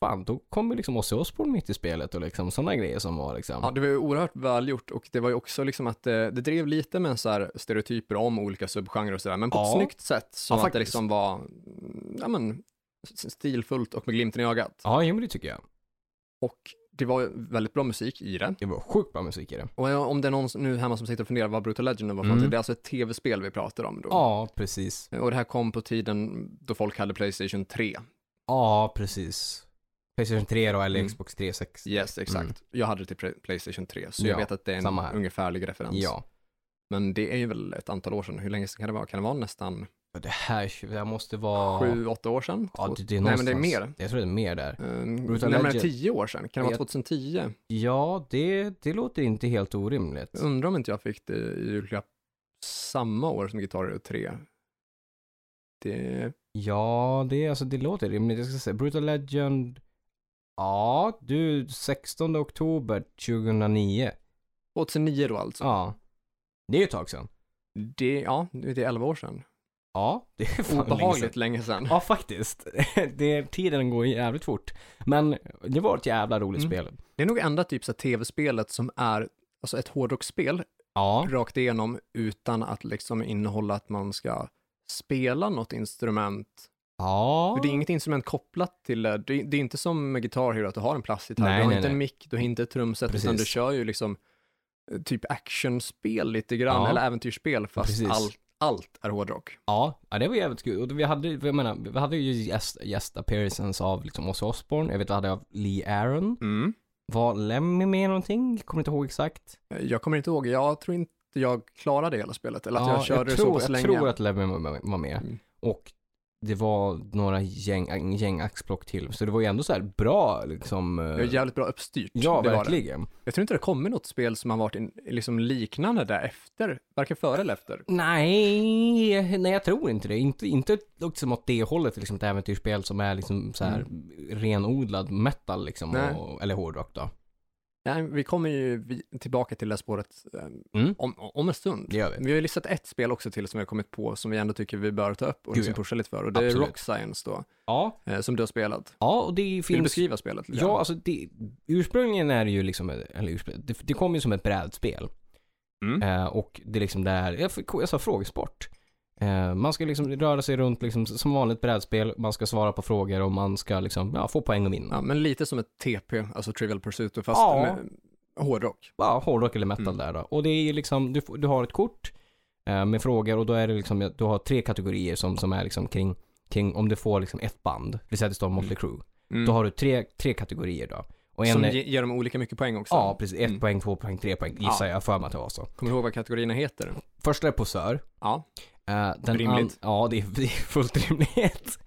fan, då kom ju liksom Ozzy Osbourne mitt i spelet och liksom sådana grejer som var liksom,
Ja, det var ju oerhört välgjort och det var ju också liksom att eh, det drev lite med så här stereotyper om olika subgenrer och sådär, men på ett
Ja.
snyggt sätt så
Ja,
att det
faktiskt.
liksom var mm, ja, men, s- stilfullt och med glimten i ögat.
ja jo, men det tycker jag.
Och det var ju väldigt bra musik i det.
Det var sjukt bra musik i det.
Och jag- om det är någon som- nu hemma som sitter och funderar vad Brutal Legend var för
Mm.
mm. det är alltså ett tv-spel vi pratar om då.
Ja, precis.
Och det här kom på tiden då folk hade Playstation 3.
Ja, precis. Playstation 3 då, eller
Mm.
Xbox 360.
Yes, exakt.
Mm.
Jag hade det till Play- Playstation 3, så jag
Ja,
vet att det är en
samma här.
ungefärlig referens.
Ja.
Men det är ju väl ett antal år sedan. Hur länge sedan kan det vara? Kan det vara nästan
Det här, det här måste vara...
sju, åtta år sedan?
Ja,
Två-
det, det är
Nej, men det är
någonstans-
mer.
Jag tror det är mer där.
Ehm,
Brutal
närmare
Legend.
tio år sedan, kan det vara
Jag-
2010?
Ja, det, det låter inte helt orimligt.
Jag undrar om inte jag fick det i julklapp samma år som Guitar Hero 3. Det,
Ja, det, alltså, det låter rimligt. Jag ska säga Brutal Legend. Ja, du, 16 oktober 2009.
2009 då alltså.
Ja. Det är ju ett tag sedan.
Det, ja, det är 11 år sedan.
Ja, det är fan länge sedan.
Obehagligt länge sedan.
Ja, faktiskt. Det, tiden går jävligt fort. Men det var ett jävla roligt
Mm.
spel.
Det är nog enda typ så här tv-spelet som är alltså ett hårdrocksspel
Ja,
rakt igenom utan att liksom innehålla att man ska spela något instrument.
ja.
För det är inget instrument kopplat till det. Det är, det är inte som med Guitar Hero att du har en plastgitarr,
Nej,
du har
nej,
inte en
nej.
mick, du har inte ett trumset, utan
Precis.
du kör ju liksom eh, typ actionspel lite grann,
Ja.
eller äventyrsspel, fast
Precis.
allt, allt är hårdrock.
Ja, ja, det var jävligt kul. Och vi hade, jag menar, vi hade ju gäst, gäst appearances av liksom Ozzy Osbourne. Jag vet vi hade av Lee Aaron. Var Lemmy med i någonting? Kommer inte ihåg exakt.
Eh, Jag kommer inte ihåg, jag tror inte jag klarade hela spelet, eller att jag körde det
tror,
så pass
jag
länge.
tror att Lemmy var med- var med.
Mm.
Och det var några gäng, gäng axplock till. Så det var ju ändå så här bra liksom. eh,
Det var jävligt bra uppstyrt.
ja,
det var det.
verkligen.
Jag tror inte det kommer något spel som har varit in, liksom liknande där efter, varken före eller efter.
Nej, nej jag tror inte det. Inte, inte liksom åt det hållet, liksom ett äventyrsspel som är liksom så här renodlad metal liksom,
Mm. Nej.
och, eller hårdrock då.
Nej, vi kommer ju vi, tillbaka till det här spåret eh,
Mm.
om, om en stund.
Det gör vi.
Vi har ju listat ett spel också till som vi har kommit på som vi ändå tycker vi bör ta upp och
Gud,
liksom
ja.
pusha lite för. Och det är
Absolut.
Rock Science då,
Ja,
eh, som du har spelat.
ja och det
Vill du
finns...
beskriva spelet? lite
Ja, alltså det, ursprungligen är det ju liksom, eller ursprung, det, det kom ju som ett brädspel.
Mm.
Eh, och det är liksom där, jag, fick- jag sa frågesport. Eh, man ska liksom röra sig runt liksom som vanligt brädspel, man ska svara på frågor och man ska liksom, ja, få poäng och vinna.
Ja, men lite som ett TP, alltså Trivial Pursuit, då, fast
Ja.
med hårdrock.
ja, hårdrock eller metal
Mm.
där då. Och det är ju liksom, du, får- du har ett kort eh, med frågor och då är det liksom, du har tre kategorier som, som är liksom kring, kring, om du får liksom ett band, det vill säga det
Mm.
står Motley Crue, då har du tre, tre kategorier då. Och en
Som
är,
ge, ger dem olika mycket poäng också.
ja precis, ett
Mm.
poäng, två poäng, tre poäng, gissar jag för mig att det var så.
Kommer du ihåg vad kategorierna heter?
Första är posör.
Ja.
Eh, den
Rimligt.
an- ja, det är, det är fullt rimligt.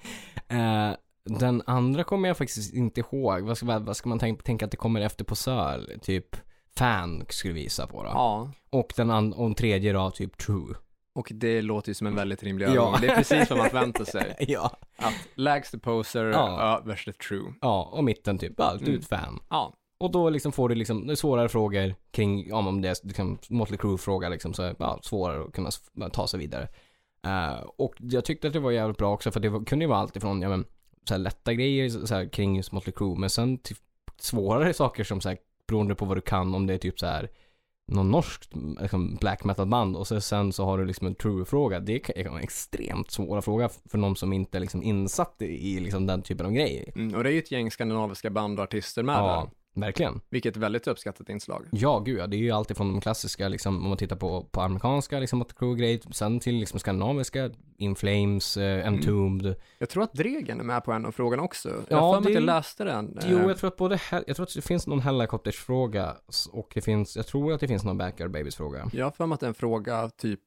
Eh, Den andra kommer jag faktiskt inte ihåg. Vad ska, vad vad ska man tänka, tänka att det kommer efter på Söl? Typ Fan skulle vi gissa på då.
Ja.
Och den and- och den tredje då, typ True.
Och det låter ju som en väldigt rimlig
Ja.
övergång. Det är precis vad man förväntar sig.
ja.
Att lägst the poser,
Ja.
ja, värst the true.
Ja, och mitten typ, allt
Mm.
ut Fan.
Ja,
Och då liksom får du liksom svårare frågor kring, ja, om det är liksom Motley Crue-fråga liksom, så är det, ja, svårare att kunna s- ta sig vidare. Eh, och jag tyckte att det var jävligt bra också för det var, kunde ju vara allt ifrån, ja men, så här lätta grejer så så här, kring just Motley Crue, men sen till svårare saker som så här, beroende på vad du kan, om det är typ så här någon norskt liksom, black metal band och så, sen så har du liksom en true-fråga. Det kan kan vara en extremt svåra fråga f- för någon som inte är liksom insatt i, i liksom den typen av grejer.
mm, och det är ju ett gäng skandinaviska band och artister med där,
Ja, verkligen.
vilket är väldigt uppskattat inslag.
Ja, gud ja. Det är ju alltid från de klassiska, liksom, om man tittar på, på amerikanska, liksom, Motley Crue grejer, sen till liksom skandinaviska, In Flames, eh, Entombed.
Jag tror att Dregen är med på en av frågorna också. Jag
Ja,
har för mig
det-
att jag läste den. eh,
Jo, jag tror att både, hel- jag tror att det finns någon helikoptersfråga och det finns, jag tror att det finns någon Backyard Babies-fråga.
Jag har för mig att det är en fråga typ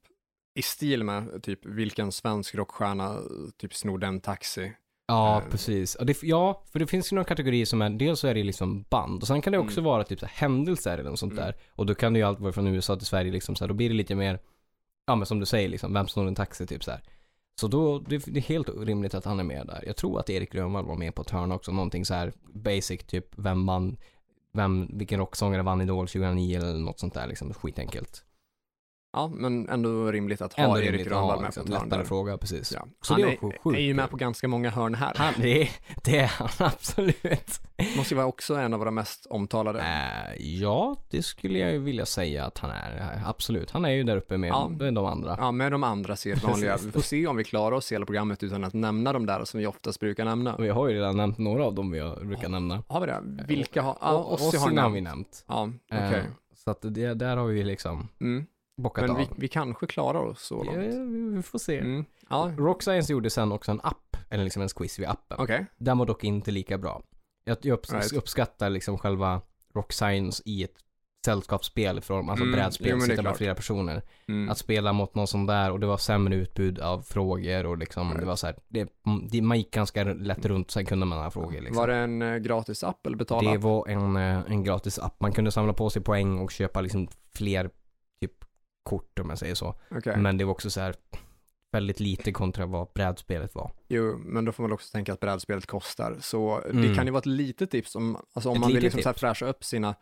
i stil med typ vilken svensk rockstjärna typ snodde en taxi.
Ja,
Eh.
precis. Ja, det, ja, för det finns ju några kategorier som är, dels så är det liksom band och sen kan det också vara typ så här, händelser eller något sånt
Mm.
där. Och då kan det ju allt vara från USA till Sverige liksom så här, då blir det lite mer, ja men som du säger liksom, vem snor en taxi typ så här. Så då, det, det är helt rimligt att han är med där. Jag tror att Erik Grönvall var med på ett hörn också, någonting så här basic typ, vem vann, vem, vilken rocksångare vann Idol 2009 eller något sånt där liksom, skitenkelt.
Ja, men ändå rimligt att ha
Ändå
Erik
rimligt att
Grönvall
ha
med
liksom,
på ett hörn där.
lättare fråga, precis.
Ja.
Så
han
det var
är,
sjukt
är ju med
kul.
på ganska många hörn här.
Han, det, är- det är han absolut.
Måste ju vara också en av våra mest omtalade.
Eh, ja, det skulle jag ju vilja säga att han är. Absolut, han är ju där uppe med
Ja.
med de andra.
Ja, med de andra sedvanliga.
Precis.
Vi får se om vi klarar oss hela programmet utan att nämna de där som vi oftast brukar nämna.
Vi har ju redan nämnt några av dem vi har- brukar nämna.
Har vi det?
Eh,
Vilka har... Ja,
Och-
Ossi
Ozzy
har
har vi
nämnt.
nämnt.
Ja, okej.
Eh, Så att det, där har vi liksom
Mm.
bockat
Men
av.
vi, vi kanske klarar oss så
Ja,
långt.
vi, vi får se.
Mm. Ja,
Rock Science gjorde sen också en app, eller liksom en quiz vid appen.
okej.
Den var dock inte lika bra. Jag, jag upps-
Right.
uppskattar liksom själva Rock Science i ett sällskapsspel, från, alltså
Mm, jo, men
brädspel,
det är
sitta med
klart.
flera personer.
Mm.
Att spela mot någon sån där och det var sämre utbud av frågor och liksom det var så här, det, det, man gick ganska lätt runt sen kunde man ha frågor liksom.
Var det en eh, gratis app eller betala?
det var en, eh, en gratis app, man kunde samla på sig poäng och köpa liksom fler typ kort om jag säger så.
Okej.
Men det var också så här väldigt lite kontra vad brädspelet var.
Jo, men då får man också tänka att brädspelet kostar. Så det
Mm.
kan ju vara ett litet tips om, alltså om
Ett
man vill
litet
liksom så här fräscha upp sina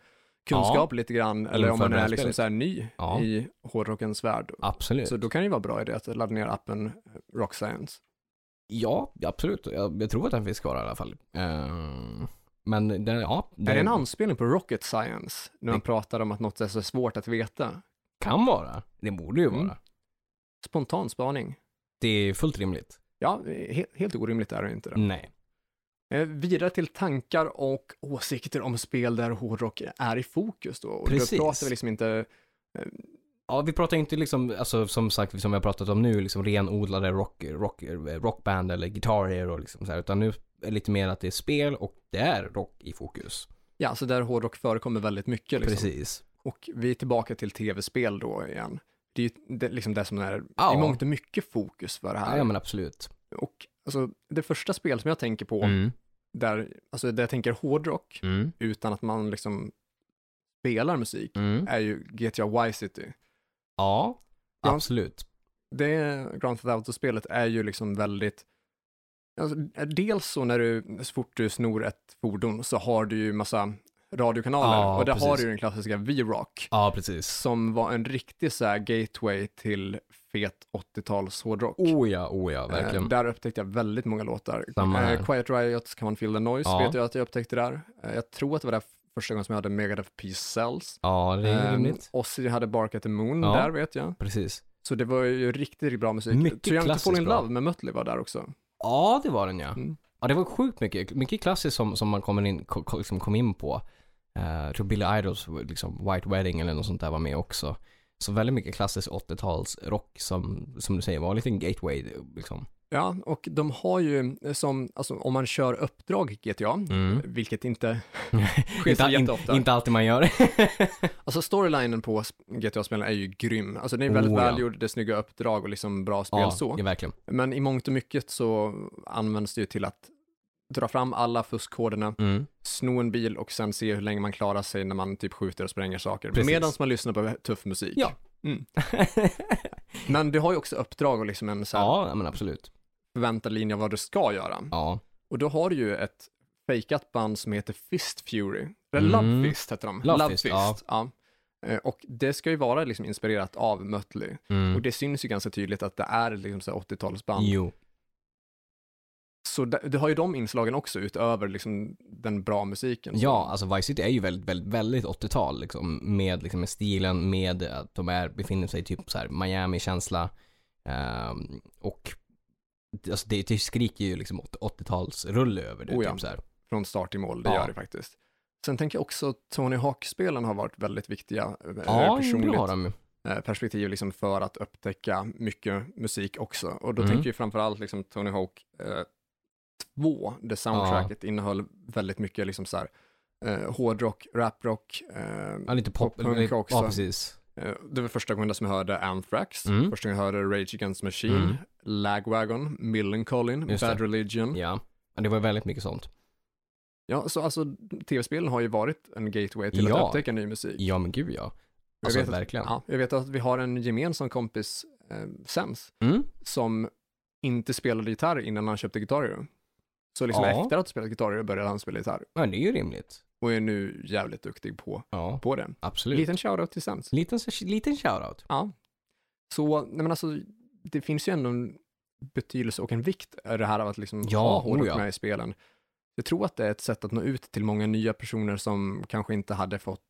kunskaper lite grann, eller om
Inför
man är
brädspelet.
liksom så här ny
Ja.
i hårdrockens värld.
Absolut.
Så då kan det ju vara bra idé att ladda ner appen eh, Rock Science.
Ja, absolut. Jag, jag tror att den finns kvar i alla fall. Eh, men den, ja.
Är
den
det en anspelning på Rocket Science när man
Det-
pratar om att något är så svårt att veta?
Kan vara. Det borde ju
Mm.
vara.
Spontan spaning.
Det är fullt rimligt.
Ja, he helt orimligt är det inte. Det.
Nej.
Eh, vidare till tankar och åsikter om spel där hårdrock är i fokus då. Och
Precis.
Då pratar vi liksom inte,
Ja, vi pratar inte liksom, alltså som sagt, som vi har pratat om nu, liksom renodlade rock, rock, eh, rockband eller gitarrer och liksom så här, utan nu är det lite mer att det är spel och det är rock i fokus.
ja, så där hårdrock förekommer väldigt mycket. Liksom.
Precis.
Och vi är tillbaka till tv-spel då igen. Det är ju det, liksom det som är
Ja.
i mångt och mycket fokus för det här.
Ja, men absolut.
Och alltså, det första spel som jag tänker på,
Mm.
där, alltså, där jag tänker hårdrock,
Mm.
utan att man liksom spelar musik,
Mm.
är ju GTA Vice City.
Ja,
Ja.
absolut.
Det Grand Theft Auto-spelet är ju liksom väldigt, alltså, dels så när du, så fort du snor ett fordon så har du ju massa radiokanaler
Ja,
och där har
precis.
du ju den klassiska V-Rock.
Ja, precis.
som var en riktig så här gateway till fet 80-tals hårdrock.
Oh ja, oh ja,
Eh,
verkligen.
Där upptäckte jag väldigt många låtar.
Samma här.
Eh, Quiet Riot, Can Man Feel the Noise
Ja.
vet jag att jag upptäckte där. Eh, Jag tror att det var där första gången som jag hade Megadeth Peace Cells.
Ja, det
Ehm.
är rimligt.
Ozzy hade Bark at the Moon,
Ja.
där vet jag.
Precis.
Så det var ju riktigt, riktigt bra musik.
Mycket
Triangle to Fall in
klassiskt bra.
Love med Mötley var där också.
Ja, det var den ja.
Mm.
Ja, det var sjukt mycket, mycket klassiskt som, som man kommer in, ko, ko, liksom kom in på. Eh, jag tror Billy Idols liksom White Wedding eller något sånt där var med också. Så väldigt mycket klassisk 80-talsrock som, som du säger var en liten gateway liksom.
Ja, och de har ju eh, som, alltså om man kör uppdrag i GTA,
Mm.
vilket inte sker så
inte, in,
jätteofta.
inte alltid man gör.
Alltså storylinen på sp- GTA-spelen är ju grym. Alltså den är väldigt
Oh, ja.
välgjord, det är snygga uppdrag och liksom bra spel
ja,
så.
ja, verkligen.
Men i mångt och mycket så används det ju till att dra fram alla fuskkoderna,
Mm.
sno en bil och sen se hur länge man klarar sig när man typ skjuter och spränger saker.
Precis.
Medan man lyssnar på tuff musik.
Ja.
Mm. Men du har ju också uppdrag och liksom en så här
ja, men absolut.
förväntad linje av vad du ska göra.
Ja.
Och då har du ju ett fejkat band som heter Fist Fury. Eller
Mm.
Love Fist heter de.
Love Fist, ja.
ja. Eh, Och det ska ju vara liksom inspirerat av Mötley. Och
Mm.
det syns ju ganska tydligt att det är liksom så här 80-talsband.
Jo.
Så det, det har ju de inslagen också utöver liksom den bra musiken.
Ja, alltså Vice City är ju väldigt, väldigt, väldigt 80-tal liksom. Med, liksom, med stilen, med att de är, befinner sig i typ så här Miami-känsla. Ehm, och alltså, det, det skriker ju liksom 80-talsrulle över det.
Oh ja.
typ så här.
Från start till mål, det
Ja.
gör det faktiskt. Sen tänker jag också att Tony Hawk-spelen har varit väldigt viktiga eh, ur
Ja,
personligt
det har de ju.
eh, perspektiv liksom för att upptäcka mycket musik också. Och då
Mm.
tänker jag framförallt liksom Tony Hawk 2, det soundtracket innehöll väldigt mycket liksom så här, eh, hårdrock, raprock. Eh,
Ja, lite pop.
Pophunk
lite-
också.
Ja, precis.
eh, det var första gången som jag hörde Anthrax,
Mm.
första gången jag hörde Rage Against the Machine,
Mm.
Lagwagon, Millencolin,
Just det.
Bad Religion.
Ja. Ja, Det var väldigt mycket sånt.
Ja, så alltså tv-spelen har ju varit en gateway till
Ja.
att upptäcka ny musik.
Ja, men gud ja. Alltså
vet att-
verkligen.
Ja, jag vet att vi har en gemensam kompis, eh, Sems,
Mm.
som inte spelade gitarr innan han köpte Guitar Hero. Så liksom
Ja.
efter att ha spelat Guitar Hero började han spela gitarr
ja, det är ju rimligt.
och är nu jävligt duktig på,
Ja,
på det.
absolut.
Liten shoutout till Sams.
Liten, liten shoutout.
Ja. Så, nej men alltså, det finns ju ändå en betydelse och en vikt i det här av att liksom
Ja,
ha hårdrock
oh ja.
med i spelen. Jag tror att det är ett sätt att nå ut till många nya personer som kanske inte hade fått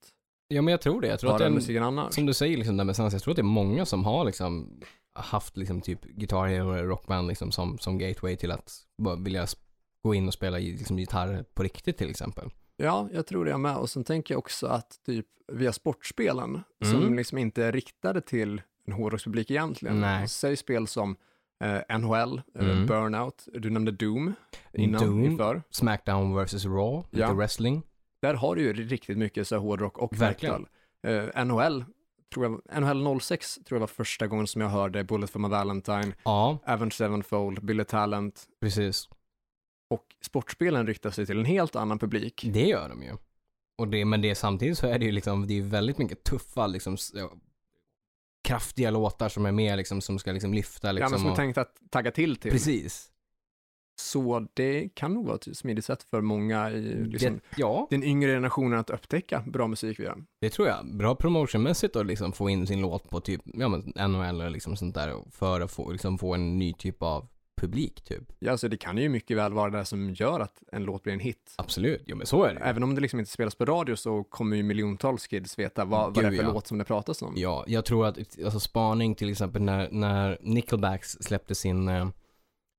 Ja, men jag tror det. Jag tror att
höra
det är en,
musiken annars.
som du säger, liksom, där med sans, jag tror att det är många som har liksom, haft liksom, typ Guitar Hero eller Rockband liksom, som, som gateway till att bara vilja sp- gå in och spela gi- liksom, gitarr på riktigt till exempel.
Ja, jag tror det jag med. Och sen tänker jag också att typ via sportspelen, som
Mm.
liksom inte är riktade till en hårdrockspublik egentligen.
Nej.
Säg spel som eh, NHL, eh,
Mm.
Burnout, du nämnde Doom innan,
Doom.
inför.
Smackdown vs Raw,
Ja.
lite wrestling.
Där har du ju riktigt mycket så här hårdrock och
Verkligen.
metal. Eh, NHL, tror jag, NHL 06 tror jag var första gången som jag hörde Bullet for my Valentine,
Ja,
Avenged Sevenfold, Billy Talent
precis.
och sportspelen riktar sig till en helt annan publik.
Det gör de ju. Och det, men det, samtidigt så är det ju liksom, det är ju väldigt mycket tuffa, liksom, s- ja, kraftiga låtar som är med liksom, som ska liksom lyfta
ja,
liksom.
men som är
och,
tänkt att tagga till till.
precis.
Så det kan nog vara ett smidigt sätt för många i liksom,
Mm, Det, ja,
den yngre generationen att upptäcka bra musik via.
det tror jag. Bra promotionmässigt att liksom få in sin låt på typ, ja men NHL eller liksom sånt där och för att få, liksom, få en ny typ av publik typ.
Ja, alltså, det kan ju mycket väl vara det som gör att en låt blir en hit.
Absolut, jo men så är det ju.
Även om det liksom inte spelas på radio så kommer ju miljontals kids veta vad, vad det är
Gud,
för
ja.
låt som det pratas om.
Ja, jag tror att, alltså spaning till exempel när, när Nickelbacks släppte sin, eh,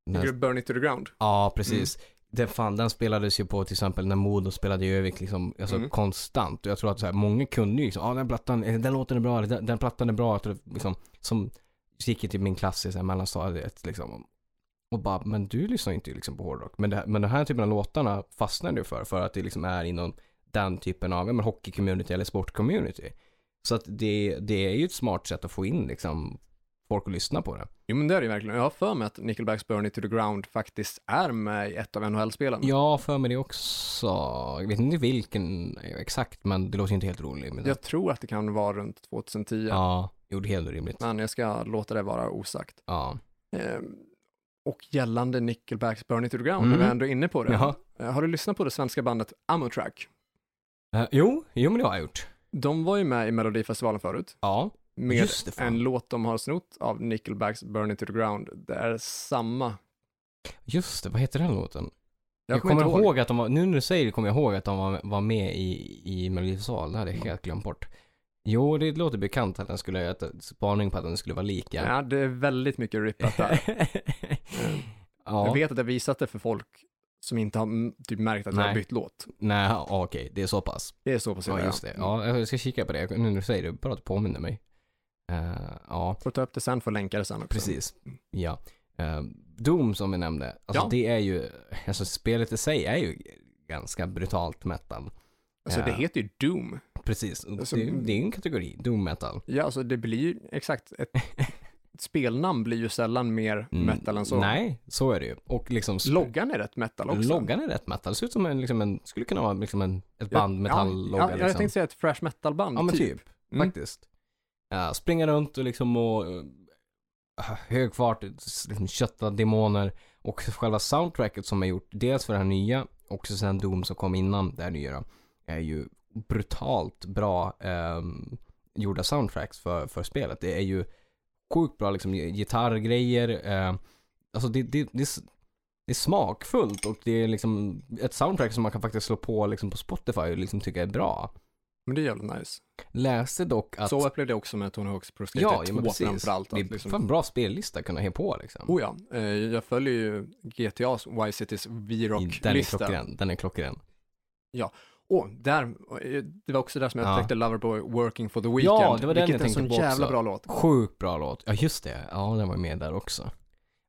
den här
Tycker du Burn it to the ground.
Ja, precis. Den, fan, den spelades ju på till exempel när Modo spelade i Övik liksom, alltså
Mm.
konstant. Och jag tror att så här, många kunde ju liksom, ja ah, den plattan, eh, den låten är bra, eller den, den plattan är bra. Att det, liksom, som så gick jag till min klass i så här mellanstadiet liksom. Och bara, men du lyssnar ju inte liksom på hårdrock. Men, det, här- men den här typen av låtarna fastnar du för, för att det liksom är inom den typen av, ja men hockey-community eller sport-community. Så att det, det är ju ett smart sätt att få in liksom folk att lyssna på det.
Jo, men det är det ju verkligen. Jag har för mig att Nickelbacks Burn it to the ground faktiskt är med i ett av NHL-spelen.
Ja, för mig det också. Jag vet inte vilken exakt, men det låter inte helt roligt. Men
Jag tror att det kan vara runt 2010,
ja, jo, det är helt rimligt.
men jag ska låta det vara osagt.
Ja.
Eh, och gällande Nickelbacks Burn it to the ground,
Mm.
när vi ändå är inne på det.
Jaha.
Eh, Har du lyssnat på det svenska bandet Ammotrack?
Eh, jo, jo, men det har jag gjort.
De var ju med i Melodifestivalen förut
Ja,
med
just det. Fan.
en låt de har snott av Nickelbacks Burn It To The Ground. Det är samma.
Just det, vad heter den låten?
Jag,
kommer ihåg. att de var, nu när du säger det kommer jag ihåg att de var, var med i, i Melodifestivalen. Det hade jag helt glömt bort. Jo, det låter bekant att den skulle, att spaning på att den skulle vara lik.
Ja, det är väldigt mycket rippat där. Mm. Jag
ja,
vet att jag visat det för folk som inte har mm, typ märkt att jag har
Nej.
bytt låt.
nej, ja, okej, det är så pass.
Det är så på
Ja, just det. Ja, jag ska kika på det. Nu när du säger det, bara att du påminner mig. Eh, ja,
Får ta upp det sen, får länka det sen också.
precis. Ja. Eh, Doom som vi nämnde, alltså
Ja.
det är ju, alltså spelet i sig är ju ganska brutalt metal.
Alltså det
Ja.
heter ju Doom.
Precis,
Alltså,
det, det är ju en kategori, Doom metal.
Ja, alltså det blir ju exakt ett ett spelnamn blir ju sällan mer
Mm,
metal än så.
Nej, så är det ju. Och liksom... sp-
Loggan är rätt metal Alltså- också.
Loggan är rätt metal. Det ser ut som en, liksom en skulle kunna vara liksom en, ett
Ja,
band metall-logga.
Ja, ja, jag
liksom.
tänkte säga ett fresh metal-band.
ja men typ,
Mm.
faktiskt. Ja, springa runt och liksom och eh, hög fart, s- liksom kötta demoner. Och själva soundtracket som är gjort, dels för det här nya och så sen Doom som kom innan det här nya då, är ju brutalt bra ehm, gjorda soundtracks för, för spelet. Det är ju sjukt bra liksom gi- gitarrgrejer. Eh, alltså det, det, det, är s- det är smakfullt och det är liksom ett soundtrack som man kan faktiskt slå på liksom på Spotify och liksom tycka är bra.
Men det är jävligt nice.
Läste dock att...
Så upplevde jag också med Tony Hawks Pro Skater
ja, ja,
2
men precis.
framförallt.
det är
Att liksom,
fan bra spellista att kunna hänga på liksom.
oh ja, eh, jag följer ju GTAs Vice Cities
den är
V-Rock-lista.
klockren. Den är klockren.
Åh, där, eh, det var också där som jag
Ja.
upptäckte Loverboy Working for the
Ja,
Weekend.
det var den
vilket
jag tänkte
är en
på
sån jävla
också.
bra låt.
Sjukt bra låt. Ja, just det. Ja, den var med där också.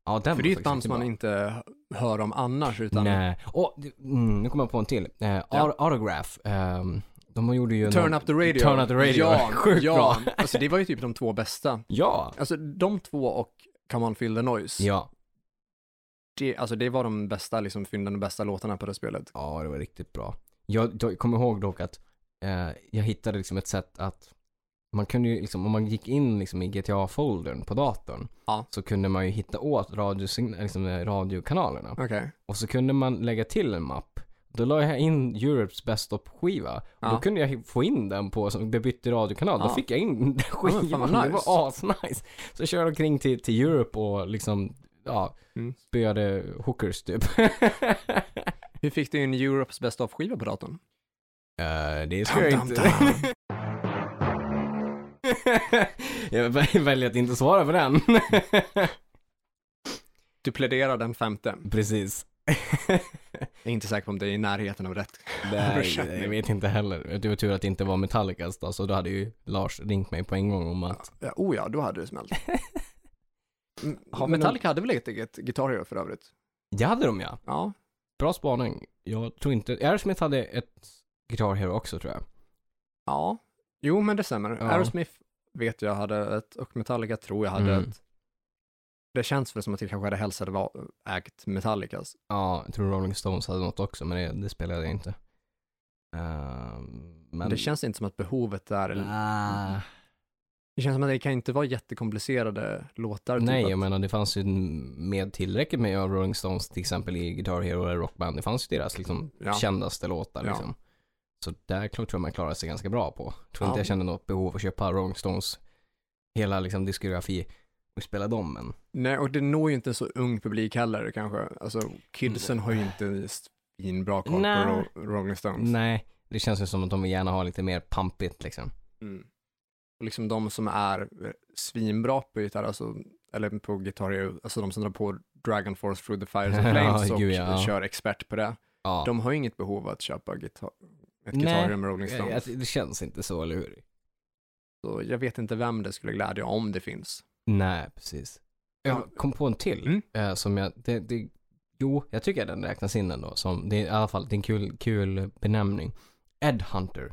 Ja, den
För
var
det är ju ett
faktiskt
band
riktigt
som man
bra.
inte hör om annars. Utan
Nej. Och, mm, nu kommer jag på en till. Eh, Aut- Autograph. ehm, de gjorde ju...
Turn
någon-
Up The Radio.
Turn Up The Radio.
Ja,
Sjukt
ja.
bra.
Alltså, det var ju typ de två bästa.
Ja.
Alltså de två och Come On Feel The Noise.
Ja.
Det, alltså, det var de bästa liksom, fynden, de bästa låtarna på det spelet.
Ja, det var riktigt bra. Jag, jag kommer ihåg dock att eh, jag hittade liksom ett sätt att man kunde ju liksom, om man gick in liksom i GTA-foldern på datorn
Ja.
så kunde man ju hitta åt radiosign- liksom, eh, radiokanalerna.
Okej.
Och så kunde man lägga till en mapp. Då la jag in Europes Best Stop-skiva. Och Då
Ja.
kunde jag få in den på som bebytt radiokanal. Då
Ja.
fick jag in den
men
skivan.
fan vad
Det
nice.
var asnice. Så jag körde omkring till, till Europe och liksom, ja,
Mm.
spöade hookers typ.
Hur fick du in Europes Best Of-skiva på datorn?
Eh, det ska
Dum,
jag
dum,
inte...
dum.
jag vä- väljer att inte svara på den.
Du pläderar den femte.
Precis.
Jag är inte säker på om det är i närheten av rätt.
Nej,
Översättning.
jag vet inte heller. Det var tur att det inte var Metallicas då, så då hade ju Lars ringt mig på en gång om att...
Ja, oh ja, då hade det smält. Mm,
Har vi
Metallica hade väl ett eget Guitar Hero för övrigt?
Det hade de ja.
Ja,
Bra spaning. Jag tror inte... Aerosmith hade ett Guitar Hero också tror jag.
Ja, jo men det stämmer.
Ja.
Aerosmith vet jag hade ett och Metallica tror jag hade
Mm.
ett. Det känns väl som att det kanske hade helst hade var- ägt Metallicas.
Ja, jag tror Rolling Stones hade något också, men det, det spelade jag inte. Ehm, men...
Men det känns inte som att behovet är...
Ah.
Det känns som att det kan inte vara jättekomplicerade låtar.
Nej,
typ att-
jag menar det fanns ju en- med tillräckligt med av Rolling Stones till exempel i Guitar Hero eller Rockband. Det fanns ju deras liksom
Ja.
kändaste låtar
Ja.
liksom. Så där tror jag man klarar sig ganska bra på. Tror
Ja.
inte jag kände något behov av att köpa Rolling Stones hela liksom diskografi och spela dem men.
Nej, och det når ju inte en så ung publik heller kanske. Alltså, kidsen har ju inte bra koll
Mm. Nej.
på Ro- Rolling Stones.
Nej, det känns ju som att de vill gärna ha lite mer pampigt liksom.
Mm. Och liksom de som är eh, svinbra på gitarr, alltså, eller på gitarr, alltså de som drar på Dragon Force Through the Fires and
Ja,
Flames och
gud, ja.
kör expert på det.
Ja,
De har ju inget behov av att köpa gitarr, ett
Nej.
gitarr med Rolling
Jag-
Stones.
jag- det känns inte så, eller hur?
Så jag vet inte vem det skulle glädja om det finns.
Nej, precis. Jag kom på en till.
Mm.
Eh, som jag, det, det, jo, jag tycker den räknas in ändå. Som, det är i alla fall det är en kul, kul benämning. Edhunter.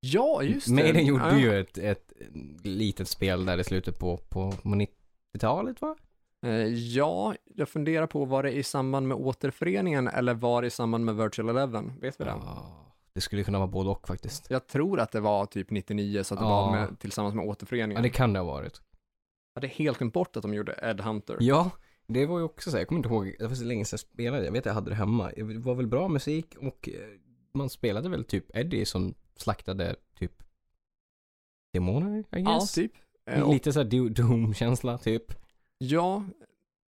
Ja, just det.
Maiden gjorde
ja.
ju ett, ett litet spel där i slutet på, på, på 90-talet va?
Eh, Ja, jag funderar på var det i samband med återföreningen eller var det i samband med Virtual Eleven? Vet vi det?
Ja, det skulle kunna vara både och faktiskt.
Jag tror att det var typ 99, så att det
Ja.
var med, tillsammans med återföreningen.
Ja, det kan det ha varit.
Jag hade helt glömt bort att de gjorde Ed Hunter.
Ja, det var ju också så här, jag kommer inte ihåg, det var så länge sedan jag spelade, jag vet att jag hade det hemma. Det var väl bra musik och eh, man spelade väl typ Eddie som slaktade typ demoner, I
Ja,
guess.
typ. Eh, Och,
Lite såhär Do- Doom-känsla typ.
ja,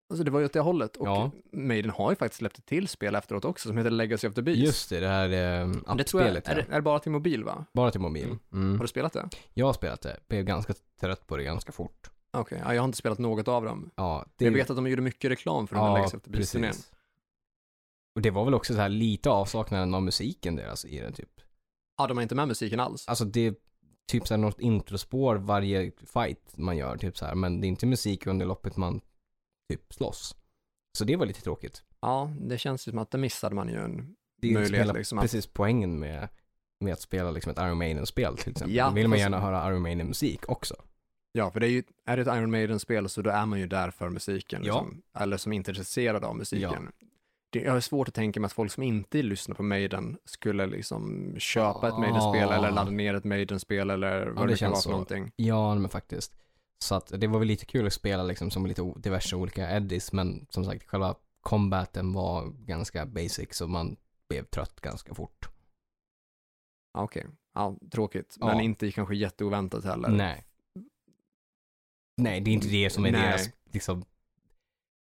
alltså det var ju åt det hållet. Och
Ja.
Maiden har ju faktiskt släppt ett till spel efteråt också som heter Legacy of the Beast.
Just det, det här eh,
det tror jag,
appspelet
är,
ja.
det, är det bara till mobil va?
Bara till mobil.
Har
Mm.
du spelat det?
Jag har spelat det, blev ganska trött på det ganska fort.
Okej, ja, jag har inte spelat något av dem.
Ja, det
Men jag vet att de gjorde mycket reklam för den här Legacy of the Beast-turnén.
precis. Och det var väl också så här lite avsaknaden av musiken deras i den typ.
Ja, de har inte med musiken alls.
Alltså det är typ så här något introspår varje fight man gör typ så här. Men det är inte musik under loppet man typ slåss. Så det var lite tråkigt.
Ja, det känns ju som att det missade man ju en
Det är
möjlighet
spela-
liksom. Att,
precis poängen med, med att spela liksom ett Iron Maiden-spel till exempel.
Ja,
Då vill man
fast-
gärna höra Iron Maiden-musik också.
Ja, för det är ju, är det ett Iron Maiden-spel så då är man ju där för musiken,
Ja.
liksom, eller som är intresserad av musiken. Det, jag har svårt att tänka mig att folk som inte lyssnar på Maiden skulle liksom köpa ett Maiden-spel
Ah.
eller ladda ner ett Maiden-spel eller vad
det
det, kan
känns
vara
så.
för någonting.
Ja, men faktiskt. Så att det var väl lite kul att spela liksom som lite o- diverse olika eddies, men som sagt själva combaten var ganska basic så man blev trött ganska fort.
Ja, Okej, ja, tråkigt,
Ja.
men inte kanske jätteoväntat heller.
Nej. Nej, det är inte det som är
Nej.
deras, liksom,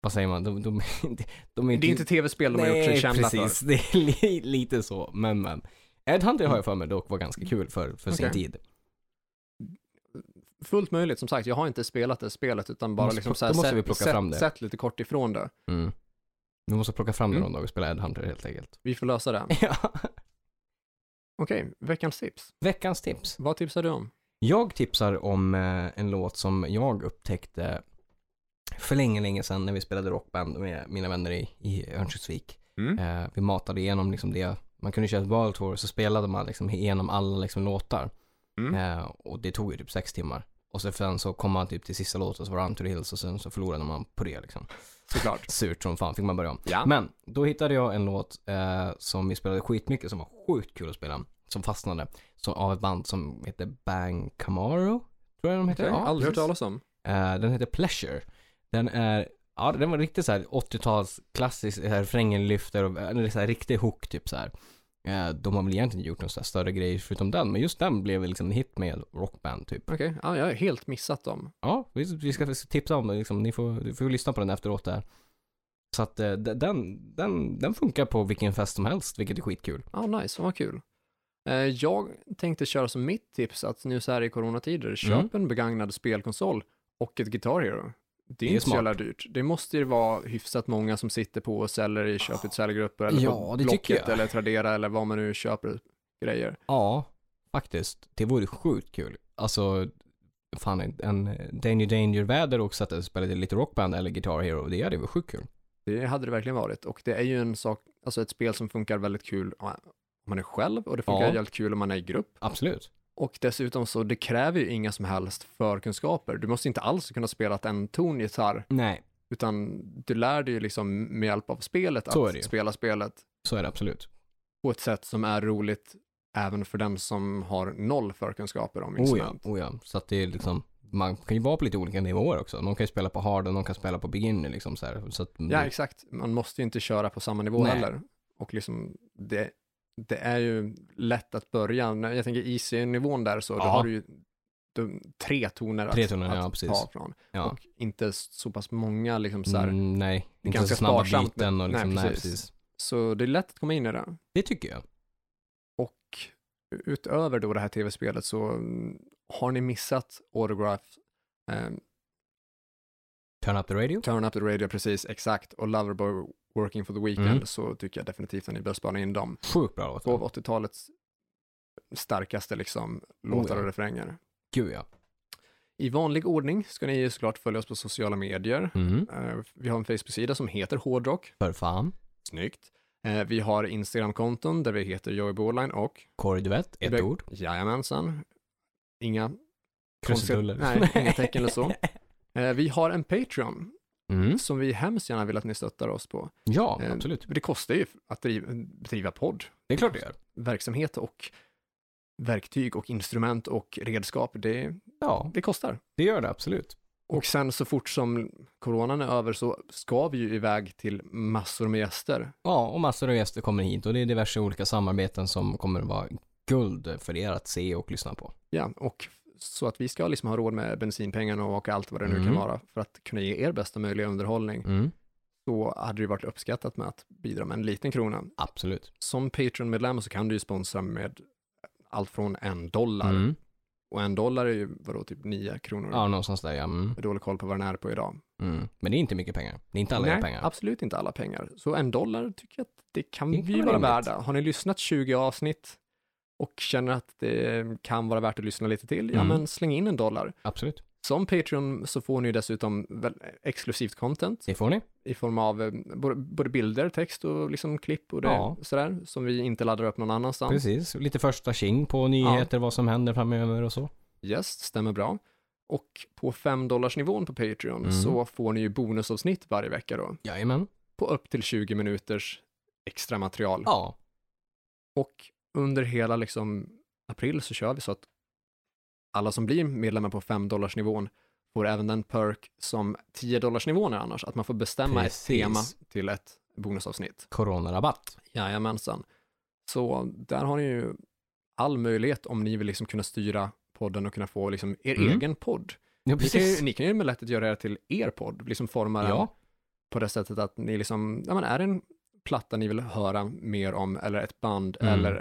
vad säger man, de, de, de, de är
Det är inte tv-spel de har gjort sig kända för.
precis. Det är li, lite så, men men. Ed Hunter har jag för mig dock var ganska kul för, för sin
Mm. Okej.
tid.
Fullt möjligt, som sagt, jag har inte spelat det spelet utan bara
Måste-
liksom så
då måste
sett-
vi plocka
sett-
fram det.
sett lite kort ifrån det.
Mm. Vi måste plocka fram det
Mm.
någon dag och spela Ed Hunter helt enkelt.
Vi får lösa det.
Ja.
Okej, veckans tips.
Veckans tips.
Vad tipsar du om?
Jag tipsar om eh, en låt som jag upptäckte för länge, länge sedan när vi spelade rockband med mina vänner i, i Örnsköldsvik.
Mm.
Eh, vi matade igenom liksom det, man kunde köra ett World Tour och så spelade man liksom igenom alla liksom låtar.
Mm.
Eh, och det tog ju typ sex timmar. Och så sen så kom man typ till sista låten så var det Arm to the Hills och sen så förlorade man på det liksom.
Såklart.
Surt som fan, fick man börja om.
Ja.
Men då hittade jag en låt eh, som vi spelade skitmycket som var sjukt kul att spela. Som fastnade. Som, av ett band som heter Bang Camaro. Tror jag de heter.
Okej,
Ja,
aldrig hört
precis.
talas om.
Eh, den heter Pleasure. Den är, ja den var riktigt så här 80-tals klassisk, så här, refrängen lyfter och eller så här riktig hook typ så här. Eh, de har väl egentligen gjort några så här större grejer förutom den, men just den blev liksom en hit med rockband typ.
Okej, ja, jag har helt missat dem.
Ja, vi, vi ska tipsa om det liksom. Ni får, du får lyssna på den efteråt där. Så att eh, d- den, den, den funkar på vilken fest som helst, vilket är skitkul.
Ja, nice, vad kul. Eh, Jag tänkte köra som mitt tips att nu så här i coronatider, köp
Mm.
en begagnad spelkonsol och ett Guitar Hero. Det är,
är
inte så
smart.
jävla dyrt. Det måste ju vara hyfsat många som sitter på och säljer i köpet säljgrupper eller
Ja,
på
det tycker
Blocket
jag.
eller Tradera eller vad man nu köper grejer.
Ja, faktiskt. Det vore sjukt kul. Alltså, fan en, en Danger Danger-väder och sätta och spela lite rockband eller Guitar Hero. Det hade varit sjukt kul.
Det hade det verkligen varit och det är ju en sak, alltså ett spel som funkar väldigt kul om man är själv och det funkar
Ja.
jävligt kul om man är i grupp.
Absolut.
Och dessutom så det kräver ju inga som helst förkunskaper. Du måste inte alls kunna spela en ton gitarr,
Nej,
utan du lär dig ju liksom med hjälp av spelet
Så är det ju.
att spela spelet
så är det absolut.
på ett sätt som är roligt även för den som har noll förkunskaper om
Oh ja,
instrument.
oh ja. Så att det är liksom, man kan ju vara på lite olika nivåer också. Någon kan ju spela på hard och någon kan spela på beginner liksom så här. Så att,
Ja, exakt. Man måste ju inte köra på samma nivå
Nej.
heller. Och liksom det, det är ju lätt att börja. När jag tänker IC-nivån där så då
Ja.
har du ju du, tre toner att,
Tre toner,
att
ja, precis.
ta från.
ja.
Och inte så pass många liksom så här
Mm, nej, inte
ganska
så snabba
sparsamt,
byten och
men-
liksom,
nej,
nej,
precis.
precis.
Så det är lätt att komma in i det.
Det tycker jag.
Och utöver då det här tv-spelet så mm, har ni missat Autograph, eh,
Turn up the radio.
Turn Up The Radio precis exakt och Loverboy Working For The Weekend
Mm.
så tycker jag definitivt att ni bör spana in dem.
Sjukt bra låt.
Två av 80-talets starkaste liksom låtar och refränger.
Gud ja.
I vanlig ordning ska ni ju såklart följa oss på sociala medier.
Mm.
Eh, Vi har en Facebook-sida som heter Hårdrock.
För fan.
Snyggt. Eh, Vi har Instagram-konton där vi heter Joey Borline och
Corey Duvett, ett
Ibe-
ord.
Jajamensan. Inga konstiga-
Krusiduller.
Nej, inga tecken eller så. Eh, Vi har en Patreon
Mm.
som vi hemskt gärna vill att ni stöttar oss på.
Ja,
Eh,
absolut.
Det kostar ju att driva, driva podd,
Det är klart det gör.
verksamhet och verktyg och instrument och redskap. Det,
Ja,
det kostar.
det gör det absolut.
Och sen så fort som coronan är över så ska vi ju iväg till massor med gäster.
Ja, och massor av gäster kommer hit och det är diverse olika samarbeten som kommer att vara guld för er att se och lyssna på.
Ja, och så att vi ska liksom ha råd med bensinpengarna och allt vad det nu kan
Mm.
vara för att kunna ge er bästa möjliga underhållning.
Mm.
så hade det varit uppskattat med att bidra med en liten krona.
Absolut.
Som Patreon-medlem så kan du ju sponsra med allt från en dollar.
Mm.
Och en dollar är ju vadå, typ nio kronor.
Ja, någonstans där ja. Mm.
Jag har dålig koll på vad den är på idag.
Mm. Men det är inte mycket pengar. Det är inte alla era
Nej,
pengar.
absolut inte alla pengar. Så en dollar tycker jag att det kan
Det kan
vi
vara
vara
rimligt.
värda. Har ni lyssnat 20 avsnitt och känner att det kan vara värt att lyssna lite till, ja
Mm.
men släng in en dollar.
Absolut.
Som Patreon så får ni ju dessutom väl, exklusivt content.
Det får ni.
i form av eh, både, både bilder, text och liksom klipp och det,
Ja.
sådär, som vi inte laddar upp någon annanstans.
Precis. Lite första tjing på nyheter, vad som händer framöver och så.
Yes, stämmer bra. Och på 5 nivån på Patreon
Mm.
så får ni ju bonusavsnitt varje vecka då,
Jajamän.
på upp till 20 minuters extra material.
Ja.
Och under hela liksom april så kör vi så att alla som blir medlemmar på 5 nivån får även den perk som 10 nivån är annars, att man får bestämma
Precis.
ett tema till ett bonusavsnitt.
Coronarabatt.
Jajamensan. Så där har ni ju all möjlighet om ni vill liksom kunna styra podden och kunna få liksom er
Mm.
egen podd.
Ja,
Ni kan, ju,
precis.
ni kan ju med lätthet göra det till er podd, liksom forma den
Ja,
på det sättet att ni liksom, ja men är det en platta ni vill höra mer om eller ett band
Mm.
eller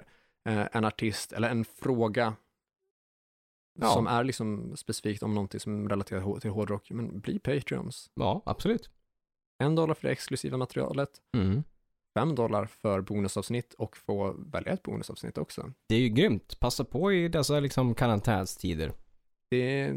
eh, en artist eller en fråga
Ja.
som är liksom specifikt om någonting som relaterar hå- till hårdrock, men bli Patreons.
ja absolut.
En dollar för det exklusiva materialet,
Mm.
fem dollar för bonusavsnitt och få välja ett bonusavsnitt också.
Det är ju grymt. Passa på i dessa liksom karantänstider.
Det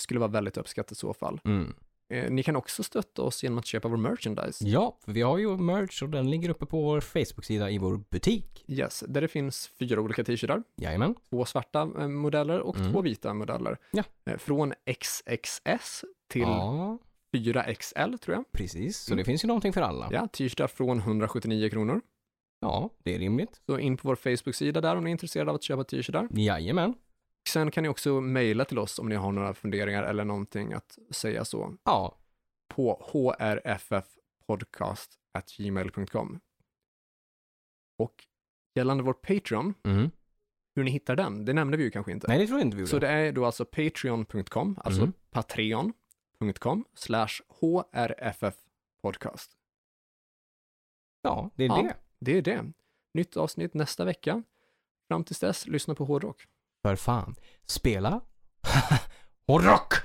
skulle vara väldigt uppskattat i så fall.
Mm.
Eh, ni kan också stötta oss genom att köpa vår merchandise.
Ja, för vi har ju merch och den ligger uppe på vår Facebook-sida i vår butik.
Yes, där det finns fyra olika t-shirtar.
Jajamän.
två svarta eh, modeller och
Mm.
två vita modeller.
Ja.
Eh, Från XXS till
Ja,
4XL tror jag.
precis. Så
Mm.
det finns ju någonting för alla.
Ja, t-shirtar från 179 kronor.
ja, det är rimligt.
Så in på vår Facebook-sida där om ni är intresserade av att köpa t-shirtar.
Jajamän.
Sen kan ni också mejla till oss om ni har några funderingar eller någonting att säga så
Ja,
på hrffpodcast.gmail.com. Och gällande vår Patreon,
Mm.
hur ni hittar den, det nämnde vi ju kanske inte.
Nej, det tror jag inte vi
Så
gjorde.
det är då alltså patreon.com, alltså
Mm.
patreon.com slash hrff podcast.
Ja, det är
Ja.
det.
Det är det. Nytt avsnitt nästa vecka. Fram tills dess, lyssna på hårdrock.
För fan. Spela hårdrock!